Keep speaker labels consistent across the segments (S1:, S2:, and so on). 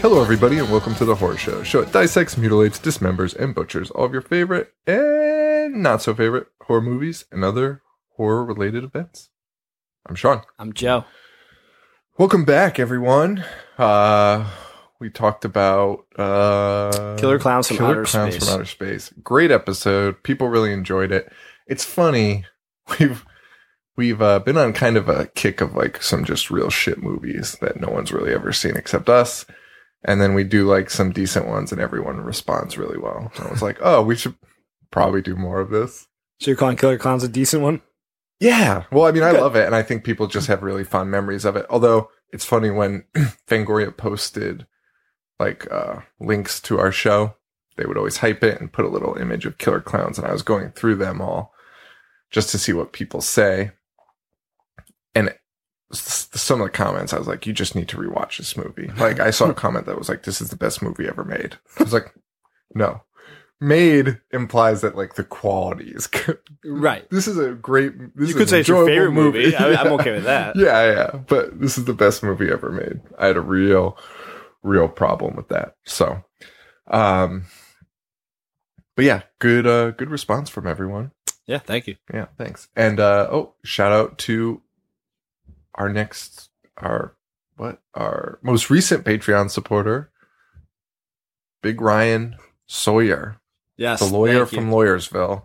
S1: Hello, everybody, and welcome to the Horror Show. Show it dissects, mutilates, dismembers, and butchers all of your favorite and not so favorite horror movies and other horror related events. I'm Sean.
S2: I'm Joe.
S1: Welcome back, everyone. Uh, we talked about uh,
S2: Killer Clowns from Outer
S1: Clowns
S2: Space.
S1: from Outer Space. Great episode. People really enjoyed it. It's funny. We've we've uh, been on kind of a kick of like some just real shit movies that no one's really ever seen except us. And then we do like some decent ones, and everyone responds really well. I was like, oh, we should probably do more of this.
S2: So you're calling Killer Clowns a decent one?
S1: Yeah. Well, I mean, I
S2: Good.
S1: love it. And I think people just have really fond memories of it. Although it's funny when Fangoria posted like uh, links to our show, they would always hype it and put a little image of killer clowns. And I was going through them all just to see what people say. And s- some of the comments, I was like, you just need to rewatch this movie. Like, I saw a comment that was like, this is the best movie ever made. I was like, no. Made implies that like the quality is good
S2: Right.
S1: this is a great. This is
S2: you could
S1: an
S2: say it's your
S1: enjoyable
S2: favorite movie. I, I'm
S1: Yeah.
S2: okay with that.
S1: Yeah, yeah, but this is the best movie ever made. I had a real, real problem with that. So, um, but yeah, good, uh, good response from everyone.
S2: Yeah, thank you.
S1: Yeah, thanks. And uh, oh, shout out to our next, our what, our most recent Patreon supporter, Big Ryan Sawyer,
S2: Yes.
S1: the lawyer
S2: thank you.
S1: from Lawyersville.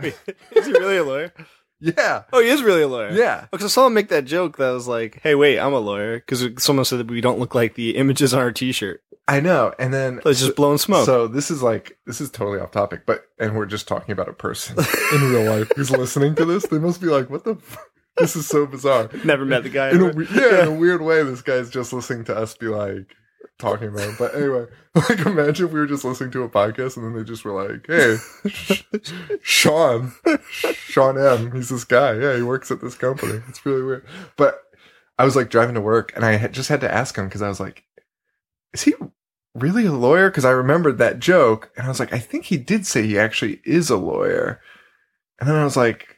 S2: Wait, is he really a lawyer?
S1: Yeah,
S2: Oh, he is really a lawyer.
S1: yeah.
S2: Because I saw him make that joke that was like, hey, wait, I'm a lawyer. Because someone said that we don't look like the images on our t shirt.
S1: I know. And then
S2: It's just blowing smoke.
S1: So this is like this is totally off topic, but and we're just talking about a person in real life who's listening to this. They must be like, "What the? F- this is so bizarre."
S2: Never met the guy.
S1: In a,
S2: ever.
S1: we- yeah, in a weird way, this guy's just listening to us be like talking about. It. But anyway, like imagine if we were just listening to a podcast and then they just were like, "Hey, Sean, Sean M. He's this guy. Yeah, he works at this company. It's really weird." But I was like driving to work, and I had, just had to ask him because I was like, "Is he really a lawyer?" Because I remembered that joke, and I was like, "I think he did say he actually is a lawyer." And then I was like,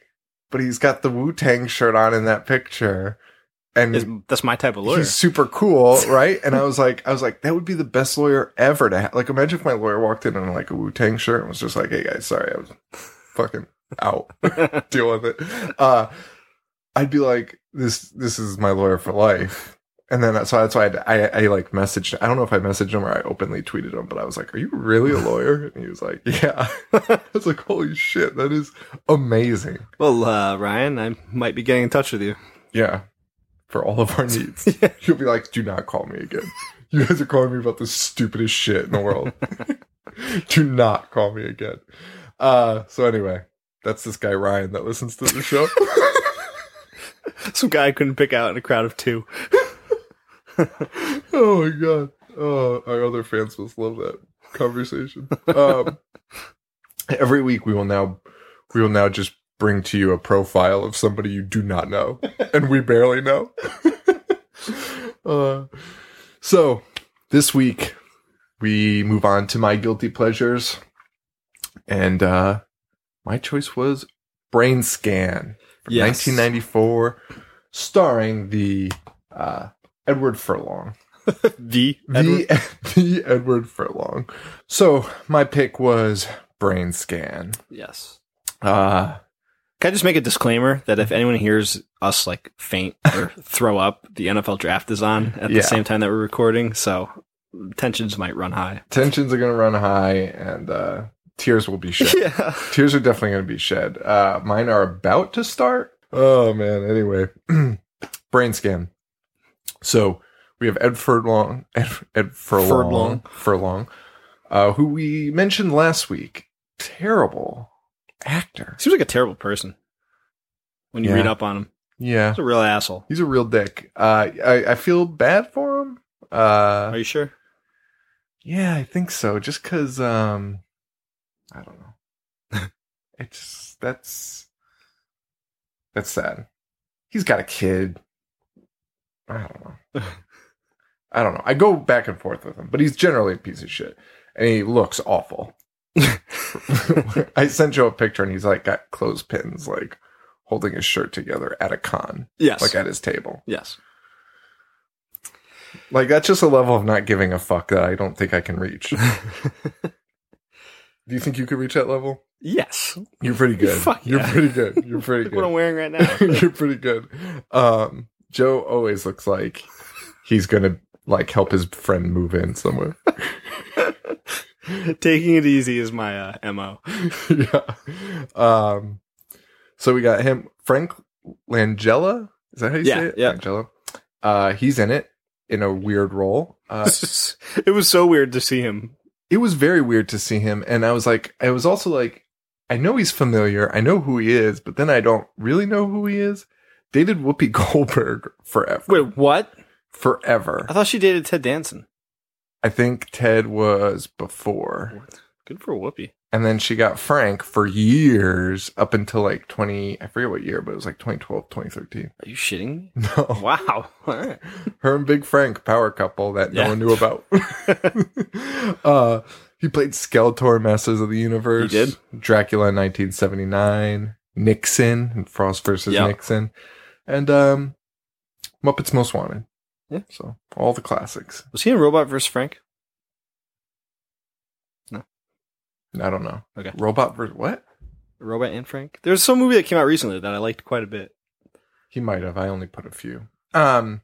S1: "But he's got the Wu Tang shirt on in that picture." And
S2: Is- That's my type of lawyer.
S1: He's super cool, right? And I was like, I was like, that would be the best lawyer ever to have. Like, imagine if my lawyer walked in in like a Wu Tang shirt and was just like, "Hey guys, sorry, I was fucking out. Deal with it." Uh, I'd be like, "This, this is my lawyer for life." And then so that's why I'd, I, I like messaged. I don't know if I messaged him or I openly tweeted him, but I was like, "Are you really a lawyer?" And he was like, "Yeah." I was like, "Holy shit, that is amazing!"
S2: well, uh, Ryan, I might be getting in touch with you.
S1: Yeah. For all of our needs.
S2: Yeah.
S1: You'll be like, do not call me again. You guys are calling me about the stupidest shit in the world. do not call me again. Uh so anyway, that's this guy Ryan that listens to the show.
S2: Some guy I couldn't pick out in a crowd of two.
S1: oh my god. Oh, our other fans must love that conversation. Um every week we will now we will now just bring to you a profile of somebody you do not know and we barely know. uh, so this week we move on to my guilty pleasures and uh my choice was Brain Scan from
S2: Yes.
S1: 1994 starring the uh Edward Furlong
S2: The, Edward-
S1: the the Edward Furlong. So my pick was Brain Scan.
S2: Yes. Ah.
S1: Uh
S2: Can I just make a disclaimer that if anyone hears us like faint or throw up, the NFL draft is on at
S1: Yeah.
S2: the same time that we're recording, so tensions might run high.
S1: tensions are gonna run high, and uh, tears will be shed.
S2: Yeah.
S1: tears are definitely gonna be shed. Uh, mine are about to start. Oh man. Anyway, Brain Scan. So we have Ed Furlong, Ed, Ed Furlong,
S2: Furlong.
S1: Furlong, uh, who we mentioned last week. Terrible actor.
S2: Seems like a terrible person when you
S1: Yeah.
S2: read up on him.
S1: Yeah.
S2: He's a real asshole.
S1: He's a real dick. Uh, I, I feel bad for him. Uh,
S2: Are you sure?
S1: yeah, I think so. Just because, um, I don't know. it's that's that's sad. He's got a kid. I don't know. I don't know. I go back and forth with him, but he's generally a piece of shit, and he looks awful. I sent you a picture, and he's like got clothespins, like holding his shirt together at a con,
S2: Yes.
S1: like at his table.
S2: Yes.
S1: Like that's just a level of not giving a fuck that I don't think I can reach. Do you think you could reach that level?
S2: yes.
S1: You're pretty good.
S2: Fuck
S1: You're
S2: yeah.
S1: pretty good. You're pretty
S2: Look what I'm
S1: good.
S2: wearing right now.
S1: You're pretty good. Um, Joe always looks like he's gonna like help his friend move in somewhere.
S2: Taking it easy is my uh, mo.
S1: yeah. Um, so we got him, Frank Langella. Is that how you
S2: Yeah,
S1: say it?
S2: yeah.
S1: Langella. Uh, he's in it in a weird role. Uh,
S2: it was so weird to see him.
S1: it was very weird to see him, and I was like, I was also like, I know he's familiar, I know who he is, but then I don't really know who he is. Dated Whoopi Goldberg forever.
S2: Wait, what?
S1: forever.
S2: I thought she dated Ted Danson.
S1: I think Ted was before.
S2: Good for Whoopi.
S1: And then she got Frank for years up until like 20, I forget what year, but it was like 2012, 2013.
S2: Are you shitting me?
S1: No.
S2: Wow. All right.
S1: Her and Big Frank, power couple that no
S2: Yeah.
S1: one knew about. uh, he played Skeletor, in Masters of the Universe.
S2: He did.
S1: Dracula in 1979. Nixon and Frost versus
S2: Yeah.
S1: Nixon. And um, Muppets Most Wanted.
S2: Yeah.
S1: So all the classics.
S2: Was he in Robot vs. Frank?
S1: I don't know.
S2: Okay.
S1: Robot versus what?
S2: Robot and Frank? There's some movie that came out recently that I liked quite a bit.
S1: He might have. I only put a few. Um,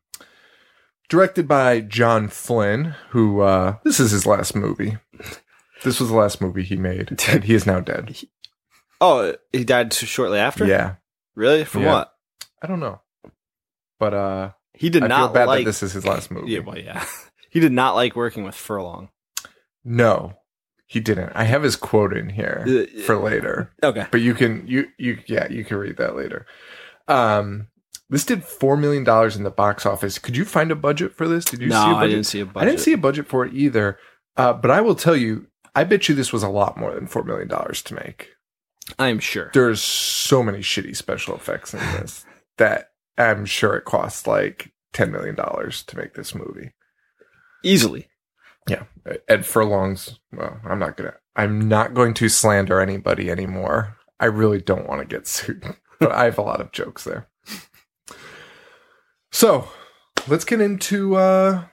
S1: directed by John Flynn, who uh, this is his last movie. This was the last movie he made, and he is now dead.
S2: Oh, he died so- shortly after?
S1: Yeah,
S2: Really? From
S1: Yeah.
S2: what?
S1: I don't know, but uh,
S2: He did
S1: I
S2: not
S1: feel bad that
S2: like
S1: this is his last movie.
S2: Yeah, well, yeah. He did not like working with Furlong.
S1: no, he didn't. I have his quote in here
S2: Uh,
S1: for later.
S2: Okay.
S1: but you can you you yeah you can read that later um this did four million dollars in the box office could you find a budget for this did you see a
S2: no,
S1: budget?
S2: I didn't see a budget.
S1: I didn't see a budget for it either uh, but i will tell you i bet you this was a lot more than four million dollars to make
S2: I am sure.
S1: there's so many shitty special effects in this that i'm sure it cost like 10 million dollars to make this movie
S2: Easily.
S1: ed furlong's well i'm not gonna i'm not going to slander anybody anymore i really don't want to get sued but i have a lot of jokes there so let's get into uh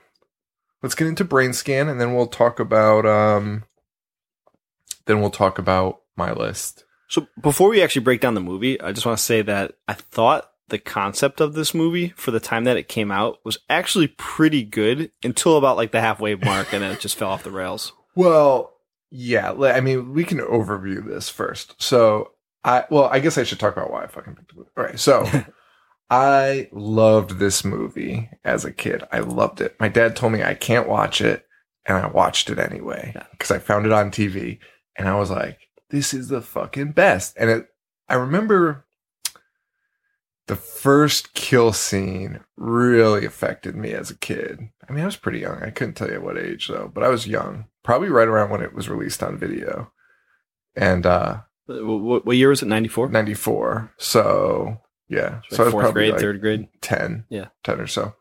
S1: let's get into brain scan and then we'll talk about um then we'll talk about my list
S2: So before we actually break down the movie, I just want to say that I thought the concept of this movie for the time that it came out was actually pretty good until about like the halfway mark and then it just fell off the rails.
S1: Well, yeah. li- I mean, we can overview this first. So, I well, I guess I should talk about why I fucking picked the movie. All right. So, I loved this movie as a kid. I loved it. My dad told me I can't watch it, and I watched it anyway
S2: Yeah.
S1: because I found it on TV, and I was like, "This is the fucking best." And it, I remember. The first kill scene really affected me as a kid. I mean, I was pretty young. I couldn't tell you what age though, but I was young, probably right around when it was released on video, and uh,
S2: What, what year was it? 94?
S1: ninety four. So yeah,
S2: So,
S1: so I
S2: like
S1: was
S2: fourth
S1: probably
S2: grade,
S1: like
S2: third grade.
S1: ten,
S2: Yeah.
S1: ten or so.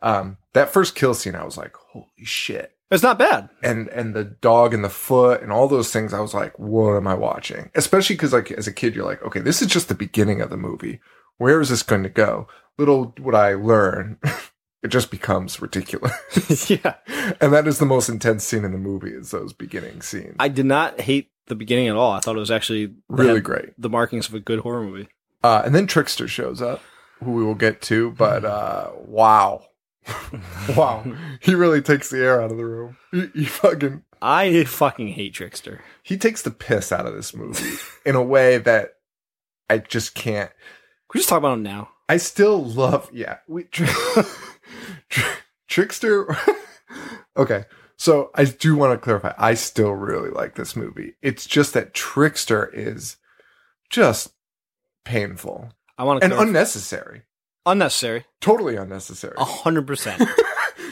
S1: Um, that first kill scene, I was like, holy shit!
S2: It's not bad.
S1: And and the dog and the foot and all those things, I was like, what am I watching? Especially because like as a kid, you're like, okay, this is just the beginning of the movie. Where is this going to go? Little would I learn, it just becomes ridiculous.
S2: yeah.
S1: and that is the most intense scene in the movie is those beginning scenes
S2: I did not hate the beginning at all. I thought it was actually
S1: really
S2: had
S1: great
S2: the markings of a good horror movie.
S1: uh, and then trickster shows up who we will get to but uh, wow wow he really takes the air out of the room he, he fucking
S2: I fucking hate Trickster.
S1: he takes the piss out of this movie in a way that i just can't
S2: Can we just talk about him now?
S1: i still love yeah we tr- tr- trickster okay so i do want to clarify i still really like this movie it's just that trickster is just painful
S2: I want to
S1: and unnecessary.
S2: unnecessary.
S1: Totally unnecessary.
S2: A hundred percent.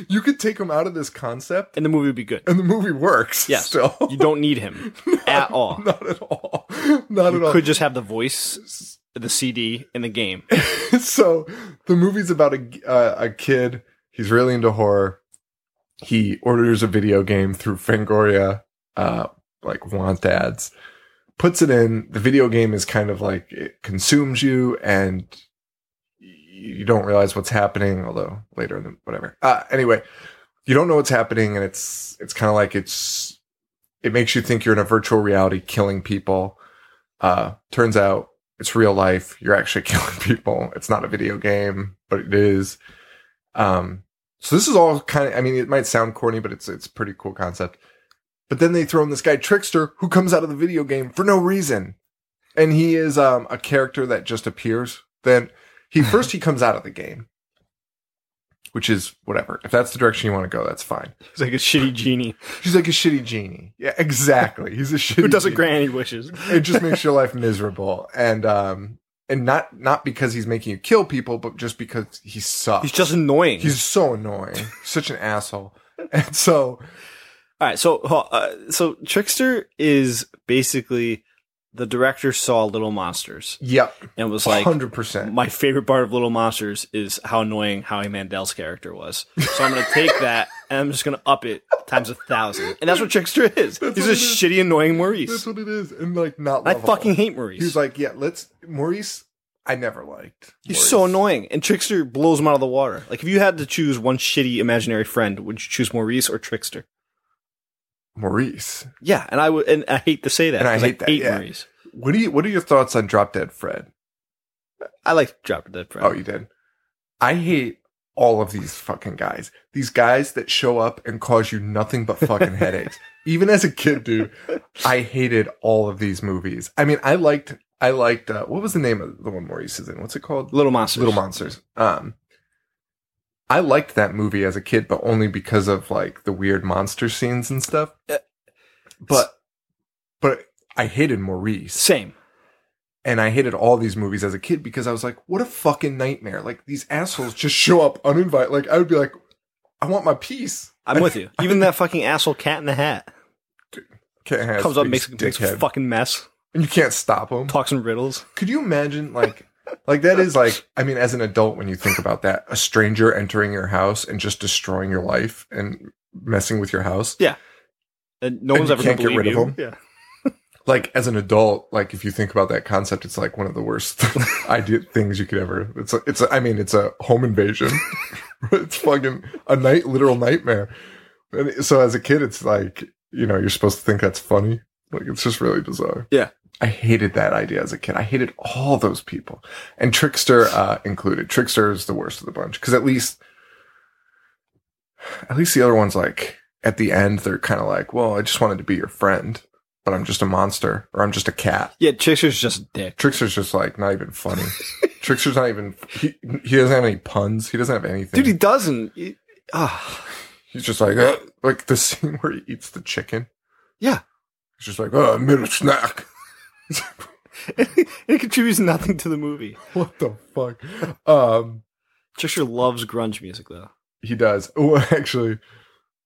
S1: you could take him out of this concept,
S2: And the movie would be good.
S1: and the movie works.
S2: Yes.
S1: still
S2: You don't need him at all.
S1: Not at all. Not at
S2: You
S1: all.
S2: could just have the voice, the CD, and the game.
S1: so the movie's about a uh, a kid. He's really into horror. He orders a video game through Fangoria, uh, like want ads. Puts it in. The video game is kind of like it consumes you, and you don't realize what's happening, although later in the whatever. Uh, anyway, you don't know what's happening, and it's it's kind of like it's it makes you think you're in a virtual reality killing people. Uh, turns out it's real life. You're actually killing people. It's not a video game, but it is. Um, so this is all kind of. I mean, it might sound corny, but it's it's a pretty cool concept. But then they throw in this guy Trickster, who comes out of the video game for no reason, and he is um, a character that just appears. Then he first he comes out of the game, which is whatever. If that's the direction you want to go, that's fine.
S2: He's like a shitty genie
S1: He's like a shitty genie. Yeah, exactly. He's a shitty
S2: who doesn't
S1: genie
S2: grant any wishes.
S1: it just makes your life miserable and um and not not because he's making you kill people but just because he sucks
S2: He's just annoying.
S1: he's so annoying such an asshole and so
S2: All right, so uh, so Trickster is basically the director saw Little Monsters
S1: yep
S2: and was like,
S1: 100%
S2: my favorite part of Little Monsters is how annoying Howie Mandel's character was. So I'm going to take that and I'm just going to up it times a thousand, and that's what Trickster is.
S1: That's
S2: He's
S1: what it
S2: a
S1: is.
S2: shitty, annoying
S1: that's
S2: Maurice.
S1: what it is and like not
S2: I
S1: lovable.
S2: fucking hate Maurice.
S1: he was like yeah let's maurice i never liked
S2: He's
S1: Maurice.
S2: so annoying, and Trickster blows him out of the water. Like, if you had to choose one shitty imaginary friend, would you choose Maurice or Trickster?
S1: maurice
S2: Yeah, and I would, and I hate to say that,
S1: And I
S2: 'cause
S1: hate that, yeah.
S2: Maurice.
S1: what do you what are your thoughts on drop dead fred
S2: I like Dropper Dead Fred.
S1: oh you did i hate all of these fucking guys these guys that show up and cause you nothing but fucking headaches even as a kid dude I hated all of these movies. I mean, I liked, I liked, uh, what was the name of the one Maurice is in? What's it called?
S2: Little Monsters.
S1: Little Monsters. Um, I liked that movie as a kid, but only because of like the weird monster scenes and stuff.
S2: Uh,
S1: But, but I hated Maurice
S2: Same.
S1: and I hated all these movies as a kid because I was like, what a fucking nightmare. Like these assholes just show up uninvited. Like I would be like, I want my piece.
S2: I'm with you. Even that fucking asshole cat in the hat
S1: Can't have
S2: comes up,
S1: big
S2: makes, makes a
S1: dickhead.
S2: fucking mess,
S1: and you can't stop them.
S2: talks in riddles.
S1: Could you imagine like like that is like I mean as an adult when you think about that a stranger entering your house and just destroying your life and messing with your house
S2: And no
S1: And
S2: one's
S1: you
S2: ever
S1: can't
S2: going
S1: get
S2: to believe
S1: rid of
S2: you.
S1: them?
S2: Yeah.
S1: like as an adult like if you think about that concept it's like one of the worst idea things you could ever it's a, it's a, I mean it's a home invasion it's fucking a night literal nightmare and so as a kid it's like you know you're supposed to think that's funny like it's just really bizarre
S2: Yeah.
S1: I hated that idea as a kid. I hated all those people, and Trickster uh, included. Trickster is the worst of the bunch because at least, at least the other ones like at the end they're kind of like, well, I just wanted to be your friend, but I'm just a monster or I'm just a cat.
S2: Yeah, Trickster's just a dick.
S1: Trickster's just like not even funny. Trickster's not even he, he doesn't have any puns. He doesn't have anything.
S2: Dude, he doesn't. He- ah.
S1: He's just like "Uh," like the scene where he eats the chicken.
S2: Yeah.
S1: He's just like, oh, I made a snack.
S2: it contributes nothing to the movie.
S1: What the fuck? Um.
S2: Trickster loves grunge music, though.
S1: He does. Oh, actually,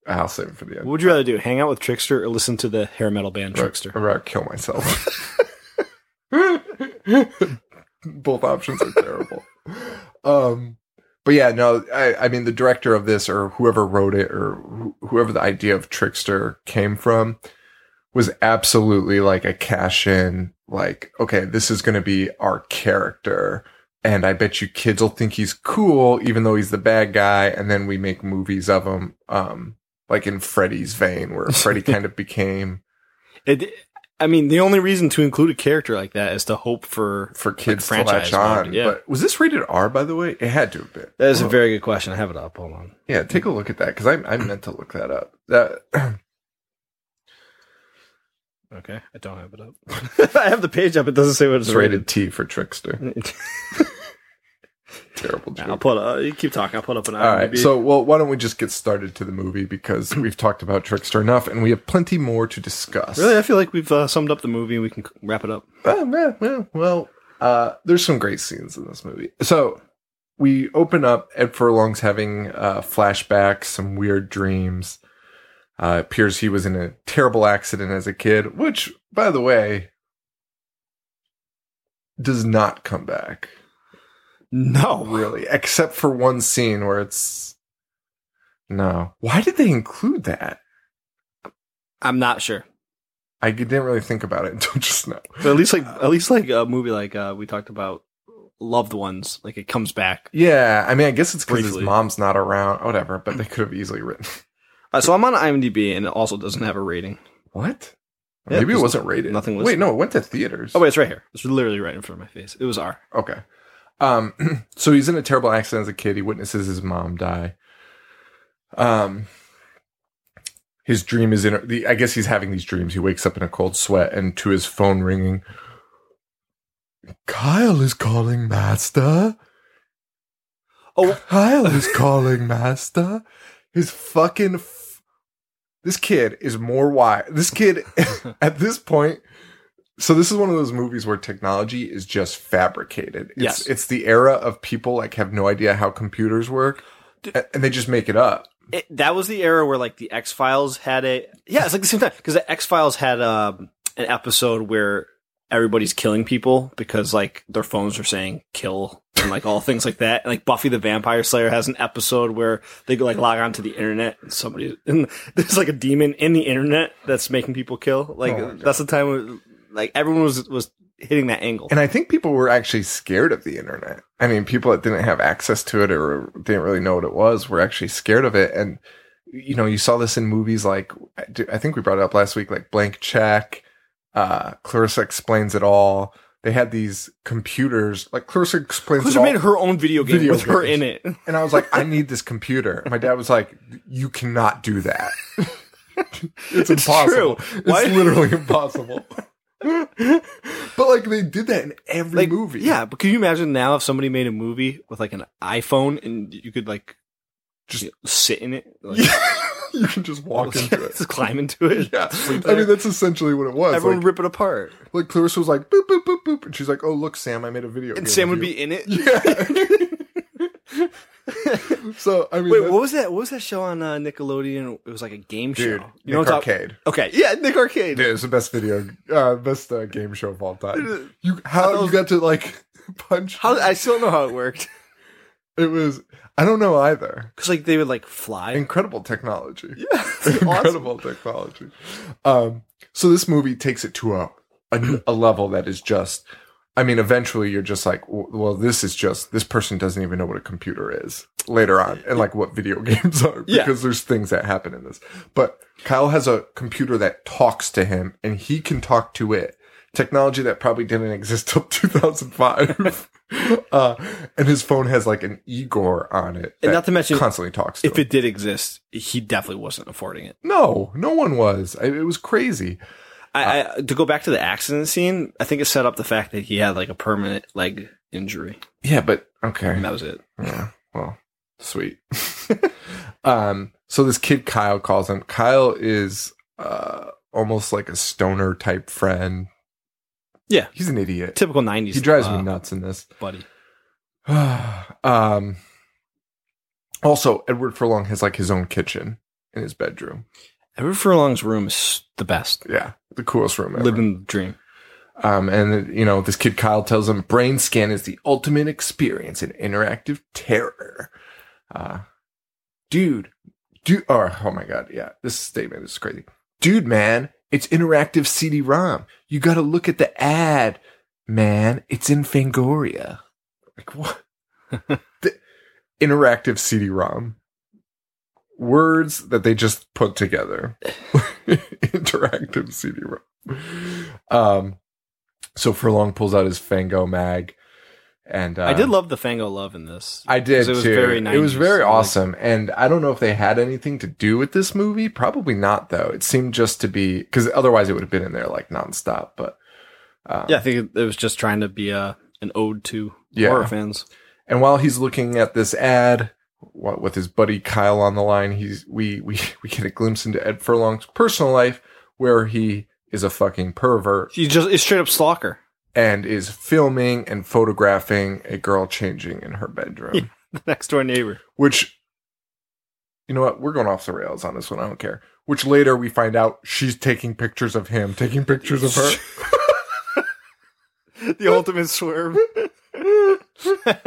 S1: I'll save it for the
S2: What
S1: end.
S2: would you rather do? Hang out with Trickster or listen to the hair metal band Trickster?
S1: Or I'll kill myself. Both options are terrible. Um, but yeah, no, I, I mean, the director of this or whoever wrote it or wh- whoever the idea of Trickster came from was absolutely like a cash in, like, okay, this is going to be our character. And I bet you kids will think he's cool, even though he's the bad guy. And then we make movies of him, um, like in Freddy's vein, where Freddy kind of became
S2: It, I mean, the only reason to include a character like that is to hope for.
S1: for kids to
S2: Like
S1: latch
S2: franchise mode,
S1: on.
S2: yeah.
S1: But was this rated R? By the way, it had to have been.
S2: That is a
S1: Well,
S2: very good question. I have it up. Hold on.
S1: yeah. Take a look at that because I I meant to look that up. That
S2: Okay, I don't have it up. I have the page up. It doesn't say what it's
S1: it's rated T for trickster.
S2: rated.
S1: Terrible
S2: I'll
S1: joke.
S2: put. Uh, you keep talking. I'll put up an.
S1: All right. So well, why don't we just get started to the movie because we've talked about trickster enough and we have plenty more to discuss.
S2: really, I feel like we've uh, summed up the movie. and We can c- wrap it up.
S1: Oh, man, well, well, uh, there's some great scenes in this movie. So we open up. Ed Furlong's having uh, flashbacks, some weird dreams. Uh, it appears he was in a terrible accident as a kid, which, by the way, does not come back
S2: No,
S1: really, except for one scene where it's no. Why did they include that?
S2: I'm not sure.
S1: I didn't really think about it until just now.
S2: But at least like at least like a movie like uh, we talked about loved ones. Like it comes back.
S1: Yeah, I mean, I guess it's because his
S2: Briefly. Hmm.
S1: mom's not around, whatever. But they could have easily written
S2: Uh, so I'm on IMDb, and it also doesn't have a rating.
S1: what?
S2: Yeah,
S1: Maybe it
S2: there's
S1: wasn't rated.
S2: nothing
S1: Wait,
S2: listed.
S1: no, it went to theaters.
S2: Oh wait, it's right here. It's literally right in front of my face. It was R.
S1: Okay. Um, so he's in a terrible accident as a kid. He witnesses his mom die. Um, his dream is in. The, I guess he's having these dreams. He wakes up in a cold sweat, and to his phone ringing, Kyle is calling master.
S2: Oh.
S1: Kyle is calling master. His fucking. F- this kid is more wide. This kid at this point so this is one of those movies where technology is just fabricated. It's,
S2: Yes.
S1: it's the era of people like have no idea how computers work, a- and they just make it up.
S2: It, that was the era where like the X Files had a yeah, it's like the same time because the X Files had um, an episode where everybody's killing people because like their phones are saying kill and like all things like that. And like Buffy the Vampire Slayer has an episode where they go like log onto the internet and somebody and there's like a demon in the internet that's making people kill. Like
S1: Oh my God.
S2: that's the time where, like everyone was was hitting that angle.
S1: And I think people were actually scared of the internet. I mean, people that didn't have access to it or didn't really know what it was were actually scared of it. And you know, you saw this in movies like I do- I think we brought it up last week, like Blank Check, uh, Clarissa Explains It All. They had these computers, like Clarissa Explains It
S2: Who's
S1: All.
S2: made her own video game
S1: Video
S2: with her
S1: games.
S2: in it?
S1: And I was like, I need this computer. And my dad was like, You cannot do that. it's
S2: It's
S1: impossible.
S2: true.
S1: It's
S2: Why-
S1: literally impossible. but like they did that in every
S2: like
S1: movie.
S2: Yeah, but can you imagine now if somebody made a movie with like an iPhone and you could like
S1: Just-
S2: just sit in it, like,
S1: you can just walk into it.
S2: just climb into it.
S1: Yeah.
S2: sleep
S1: I
S2: there.
S1: mean, that's essentially what it was.
S2: everyone
S1: like,
S2: rip it apart,
S1: like Clarissa was like, boop, boop, boop, boop. And she's like, Oh, look, Sam, I made a video. game
S2: and Sam
S1: of
S2: would
S1: you."
S2: be in it.
S1: Yeah. so, I mean,
S2: Wait,
S1: that-
S2: what was that? What was that show on uh, Nickelodeon? It was like a game
S1: dude,
S2: show.
S1: Nick
S2: what I'm talking-
S1: Arcade.
S2: Okay, yeah, Nick Arcade.
S1: Dude, it's the best video, uh, best uh, game show of all time.
S2: Dude,
S1: You
S2: I
S1: how
S2: thought
S1: you got to like punch?
S2: How I still don't know how it worked
S1: It was I don't know either.
S2: because like they would like fly.
S1: Incredible technology,
S2: Yeah, it's awesome.
S1: incredible technology. Um, so this movie takes it to a, a a level that is just. I mean, eventually you're just like, w- well, this is just this person doesn't even know what a computer is later on, and like what video games are
S2: Yeah.
S1: because there's things that happen in this. But Kyle has a computer that talks to him, and he can talk to it. technology that probably didn't exist till 2005. uh, and his phone has like an Igor on it that
S2: And not to mention,
S1: constantly talks to
S2: if
S1: him.
S2: it did exist, he definitely wasn't affording it.
S1: no, no one was. I, it was crazy.
S2: I,
S1: Uh,
S2: I to go back to the accident scene. I think it set up the fact that he had like a permanent leg injury,
S1: Yeah, but okay.
S2: and that was it.
S1: Yeah, well, sweet. um, so this kid Kyle calls him. Kyle is uh, almost like a stoner type friend.
S2: Yeah. uh,
S1: he's an idiot.
S2: Typical nineties.
S1: He drives me nuts in this.
S2: buddy.
S1: um also edward furlong has like his own kitchen in his bedroom
S2: Edward Furlong's room is the best.
S1: yeah the coolest room ever.
S2: Living the dream.
S1: um and you know this kid kyle tells him brain scan is the ultimate experience in interactive terror uh dude dude or oh my god yeah this statement is crazy dude man it's interactive cd-rom you gotta look at the ad man it's in fangoria like what The- interactive cd-rom words that they just put together interactive cd-rom um so furlong pulls out his fango mag and uh,
S2: I did love the Fango love in this.
S1: I did
S2: 'Cause it was
S1: too.
S2: very
S1: It was
S2: 90s,
S1: very
S2: like-
S1: awesome, and I don't know if they had anything to do with this movie. Probably not, though. It seemed just to be because otherwise it would have been in there like nonstop. But uh,
S2: yeah, I think it, it was just trying to be a an ode to
S1: Yeah.
S2: horror fans.
S1: And while he's looking at this ad, what with his buddy Kyle on the line, he's we we we get a glimpse into Ed Furlong's personal life, where he is a fucking pervert
S2: He just is straight up stalker.
S1: and is filming and photographing a girl changing in her bedroom.
S2: The next door neighbor.
S1: which you know what we're going off the rails on this one i don't care which later we find out she's taking pictures of him taking pictures of her
S2: the ultimate swerve.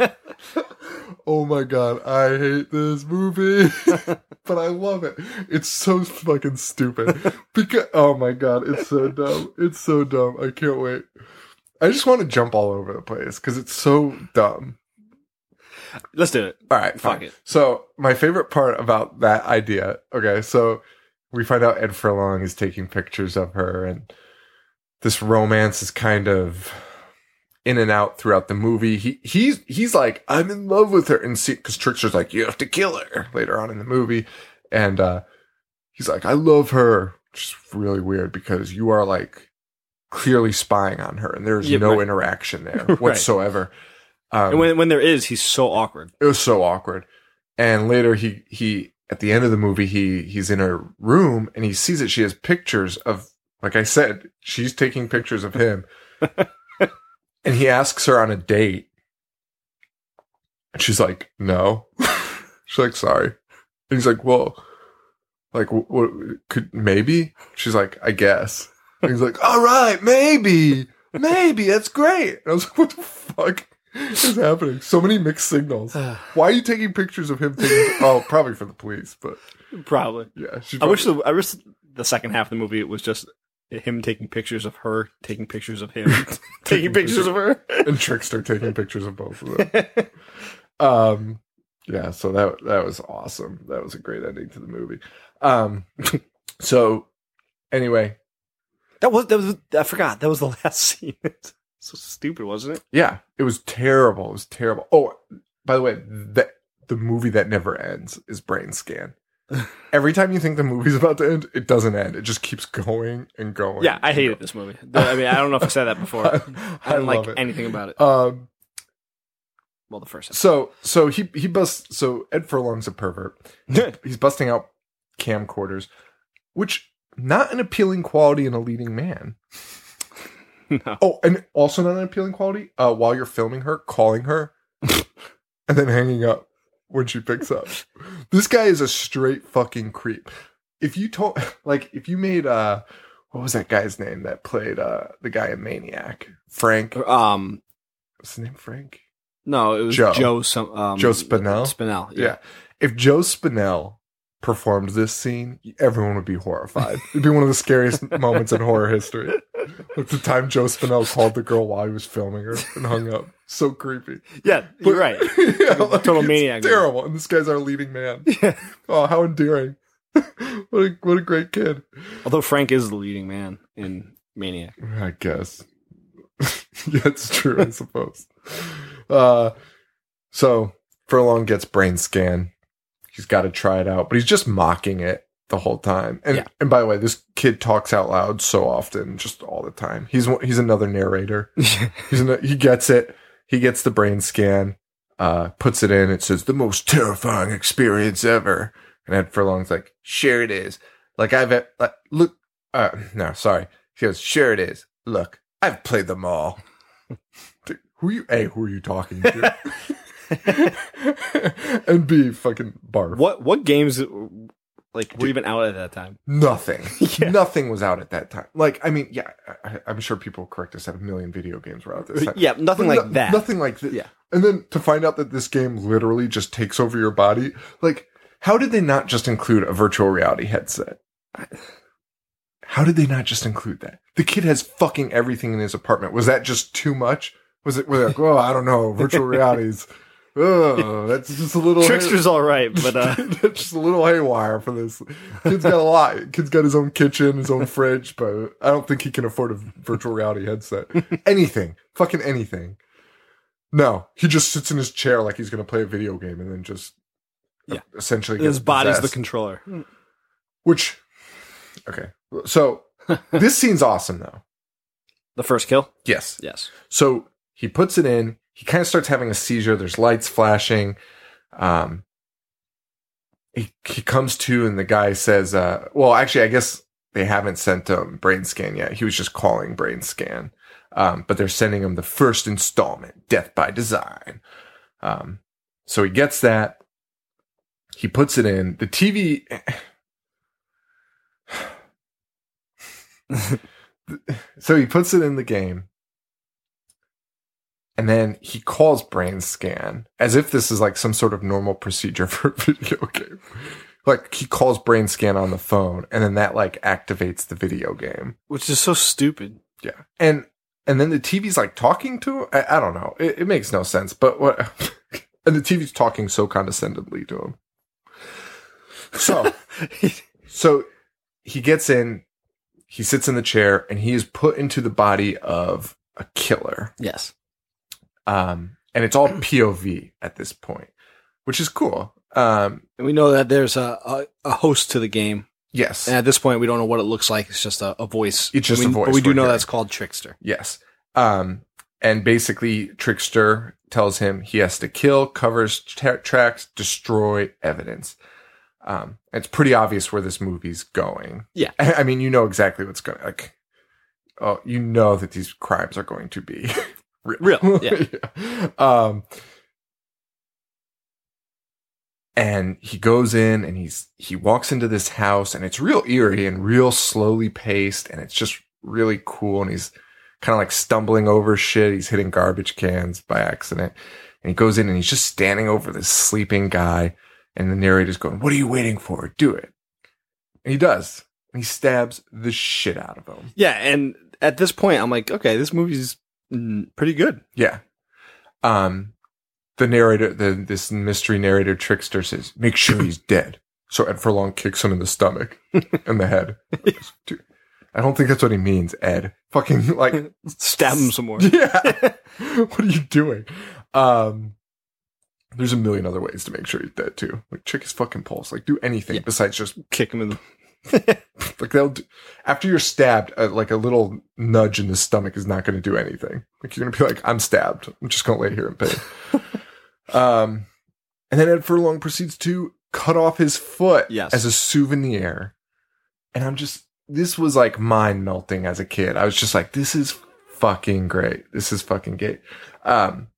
S1: oh my god i hate this movie but i love it it's so fucking stupid because oh my god it's so dumb it's so dumb i can't wait I just want to jump all over the place because it's so dumb.
S2: Let's do it.
S1: All right,
S2: Fuck it.
S1: So my favorite part about that idea, okay, so we find out Ed Furlong is taking pictures of her and this romance is kind of in and out throughout the movie. He he's he's like, I'm in love with her and see because Trickster's like, you have to kill her later on in the movie. And uh he's like, I love her. Which is really weird because you are like clearly spying on her and there's
S2: Yeah,
S1: no
S2: right.
S1: interaction there
S2: Right.
S1: whatsoever. Um,
S2: And when when there is, he's so awkward.
S1: it was so awkward. And later he he at the end of the movie he he's in her room and he sees that she has pictures of like I said, she's taking pictures of him. and he asks her on a date. And she's like, "No." she's like, "Sorry." And he's like, "Well, like what could maybe?" She's like, "I guess." And he's like, "All right, maybe." Maybe that's great. And I was like, "What the fuck is happening?" So many mixed signals. Why are you taking pictures of him? Taking, oh, probably for the police, but
S2: Probably.
S1: yeah. She
S2: I
S1: probably,
S2: wish the I wish the second half of the movie was just him taking pictures of her, taking pictures of him, taking pictures of her.
S1: and Trickster taking pictures of both of them. Um, yeah, so that that was awesome. That was a great ending to the movie. Um, so anyway,
S2: That was that was I forgot. That was the last scene. so stupid, wasn't it?
S1: yeah, it was terrible. It was terrible. Oh, by the way, the the movie that never ends is Brain Scan. Every time you think the movie's about to end, it doesn't end. It just keeps going and going.
S2: Yeah, I
S1: and
S2: hated this movie. The- I mean, I don't know if I said that
S1: going.
S2: before. I
S1: I
S2: didn't
S1: love
S2: like
S1: it.
S2: anything about it.
S1: Um,
S2: Well, the first
S1: So so he he busts so Ed Furlong's a pervert.
S2: half.
S1: He's busting out camcorders, which not an appealing quality in a leading man.
S2: no.
S1: Oh, and also not an appealing quality. Uh, while you're filming her, calling her, and then hanging up when she picks up. This guy is a straight fucking creep. If you told, like, if you made uh, what was that guy's name that played uh the guy in Maniac? Frank.
S2: Um,
S1: What's his name? Frank.
S2: no, it was
S1: Joe.
S2: Joe. some um,
S1: Joe Spinell?
S2: Spinell.
S1: Yeah. If Joe Spinell performed this scene, everyone would be horrified. It'd be one of the scariest moments in horror history. At the time Joe Spinell called the girl while he was filming her and hung up. So creepy.
S2: yeah,
S1: But-
S2: you're right.
S1: Yeah,
S2: Total
S1: it's
S2: maniac.
S1: Terrible. And this guy's our leading man.
S2: Yeah.
S1: Oh, how endearing. what a what a great kid.
S2: Although Frank is the leading man in Maniac.
S1: I guess. yeah, it's true, I suppose. Uh, so Furlong gets brain scan. He's got to try it out, but he's just mocking it the whole time. And
S2: Yeah.
S1: and by the way, this kid talks out loud so often, just all the time. He's one- he's another narrator. He's an, he gets it. He gets the brain scan. Uh, puts it in. It says the most terrifying experience ever. And Ed Furlong's like, sure it is. Like I've like, look. Uh, no, sorry. She goes, sure it is. Look, I've played them all. Dude, who you? A, who are you talking to? and B, fucking barf.
S2: what what games like were even out at that time?
S1: Nothing.
S2: Yeah.
S1: Nothing was out at that time. Like, I mean, yeah, I, I'm sure people correct us that a million video games were out this time.
S2: Yeah, nothing
S1: But
S2: like
S1: no-
S2: that.
S1: Nothing like that.
S2: Yeah.
S1: And then to find out that this game literally just takes over your body, like, how did they not just include a virtual reality headset? How did they not just include that? The kid has fucking everything in his apartment. Was that just too much? Was it? Were they like, oh, I don't know, virtual realities. Oh, that's just a little.
S2: Trickster's all right, but uh,
S1: that's just a little haywire for this. Kid's got a lot. Kid's got his own kitchen, his own fridge, but I don't think he can afford a virtual reality headset. Anything, fucking anything. No, he just sits in his chair like he's gonna play a video game, and then just uh,
S2: Yeah.
S1: essentially
S2: his
S1: gets
S2: body's the
S1: possessed.
S2: controller.
S1: which okay. So this scene's awesome though.
S2: The first kill.
S1: Yes.
S2: Yes.
S1: So he puts it in. He kind of starts having a seizure. There's lights flashing. Um, he, he comes to, and the guy says, uh, Well, actually, I guess they haven't sent him brain scan yet. He was just calling brain scan. Um, but they're sending him the first installment, Death by Design. Um, so he gets that. He puts it in. The TV. so he puts it in the game. And then he calls brain scan as if this is like some sort of normal procedure for a video game. Like he calls brain scan on the phone and then that like activates the video game.
S2: Which is so stupid.
S1: Yeah. And and then the TV's like talking to him. I, I don't know. It, it makes no sense. But what? and the TV's talking so condescendingly to him. So so he gets in. He sits in the chair and he is put into the body of a killer.
S2: yes.
S1: Um, and it's all POV at this point, which is cool. Um,
S2: And we know that there's a, a, a host to the game.
S1: yes.
S2: And at this point, we don't know what it looks like. It's just a, a voice.
S1: It's just
S2: we,
S1: a voice
S2: But we do
S1: we're
S2: know
S1: hearing.
S2: that's called Trickster.
S1: Yes. Um, and basically, Trickster tells him he has to kill, covers tra- tracks, destroy evidence. Um, it's pretty obvious where this movie's going.
S2: Yeah.
S1: I, I mean, you know exactly what's going. Like, oh, you know that these crimes are going to be
S2: Real. Yeah.
S1: yeah. Um, and he goes in and he's he walks into this house and it's real eerie and real slowly paced and it's just really cool and he's kind of like stumbling over shit. He's hitting garbage cans by accident. And he goes in and he's just standing over this sleeping guy and the narrator's going, "What are you waiting for? Do it." And he does. And he stabs the shit out of him.
S2: yeah. And at this point, I'm like, okay, this movie's mm, pretty good.
S1: Yeah. Um, the narrator, the this mystery narrator trickster says, "Make sure he's dead." So Ed Furlong kicks him in the stomach and the head. Dude, I don't think that's what he means, Ed. Fucking like,
S2: Stab him some more.
S1: yeah. what are you doing? Um, there's a million other ways to make sure he's dead too. Like check his fucking pulse. Like do anything
S2: Yeah.
S1: besides just
S2: Kick him in the.
S1: like they'll do, after you're stabbed, uh, like a little nudge in the stomach is not going to do anything. Like you're going to be like, I'm stabbed. I'm just going to lay here in pain. um, and then Ed Furlong proceeds to cut off his foot
S2: Yes.
S1: as a souvenir. And I'm just, this was like mind melting as a kid. I was just like, this is fucking great. This is fucking great. Um,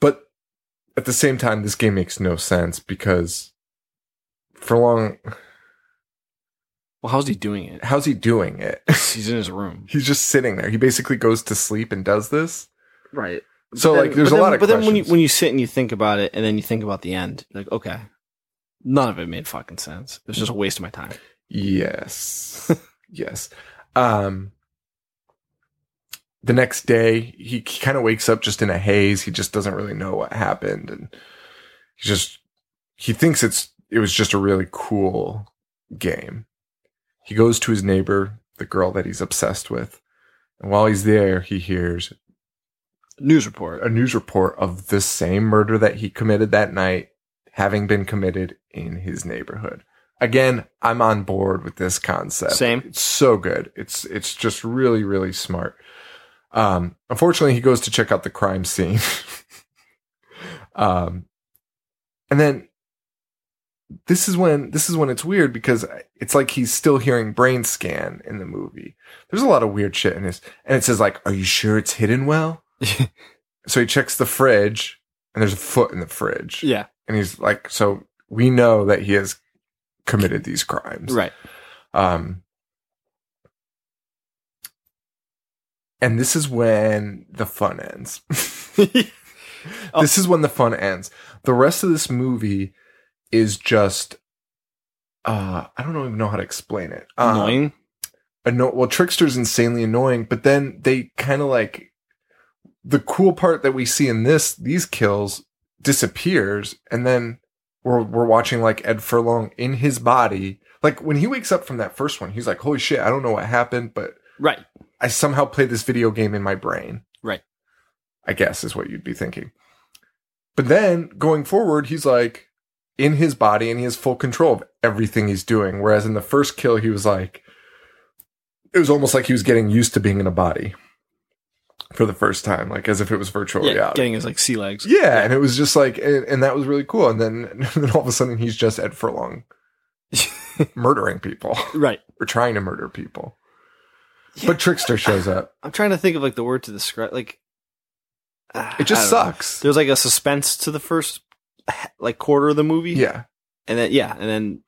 S1: but at the same time, this game makes no sense because Furlong
S2: Well, how's he doing it?
S1: how's he doing it?
S2: He's in his room.
S1: He's just sitting there. He basically goes to sleep and does this.
S2: Right.
S1: So, like, there's
S2: but
S1: a lot of
S2: But then when you
S1: questions.
S2: when you sit and you think about it, and then you think about the end, you're like, okay, none of it made fucking sense. It was just a waste of my time.
S1: Yes. yes. Um the next day he, he kind of wakes up just in a haze. He just doesn't really know what happened and he just he thinks it's it was just a really cool game. He goes to his neighbor, the girl that he's obsessed with. And while he's there, he hears
S2: News report.
S1: a news report of the same murder that he committed that night having been committed in his neighborhood. Again, I'm on board with this concept.
S2: Same.
S1: It's so good. It's it's just really really smart. Um unfortunately, he goes to check out the crime scene. um and then this is when this is when it's weird because it's like he's still hearing brain scan in the movie. There's a lot of weird shit in this. And it says like, "Are you sure it's hidden well?" so he checks the fridge and there's a foot in the fridge
S2: yeah.
S1: and he's like so we know that he has committed these crimes
S2: Right.
S1: um and this is when the fun ends Uh-huh.
S2: Oh.
S1: this is when the fun ends the rest of this movie is just uh i don't even know how to explain it Um,
S2: Annoying.
S1: anno- well trickster's insanely annoying but then they kind of like the cool part that we see in this these kills disappears and then we're we're watching like Ed Furlong in his body like when he wakes up from that first one he's like holy shit I don't know what happened but
S2: Right.
S1: I somehow played this video game in my brain
S2: Right.
S1: I guess is what you'd be thinking but then going forward he's like in his body and he has full control of everything he's doing. Whereas in the first kill, he was like, it was almost like he was getting used to being in a body for the first time, like as if it was virtual
S2: Yeah.
S1: reality.
S2: Getting his like sea legs.
S1: Yeah, and it was just like, and, and that was really cool. And then, and then all of a sudden, he's just Ed Furlong murdering people
S2: Right.
S1: or trying to murder people.
S2: Yeah.
S1: But Trickster shows up.
S2: I'm trying to think of like the word to describe like. ah,
S1: It
S2: I
S1: just
S2: don't know.
S1: sucks.
S2: There's like a suspense to the first like quarter of the movie.
S1: Yeah,
S2: And then yeah, and then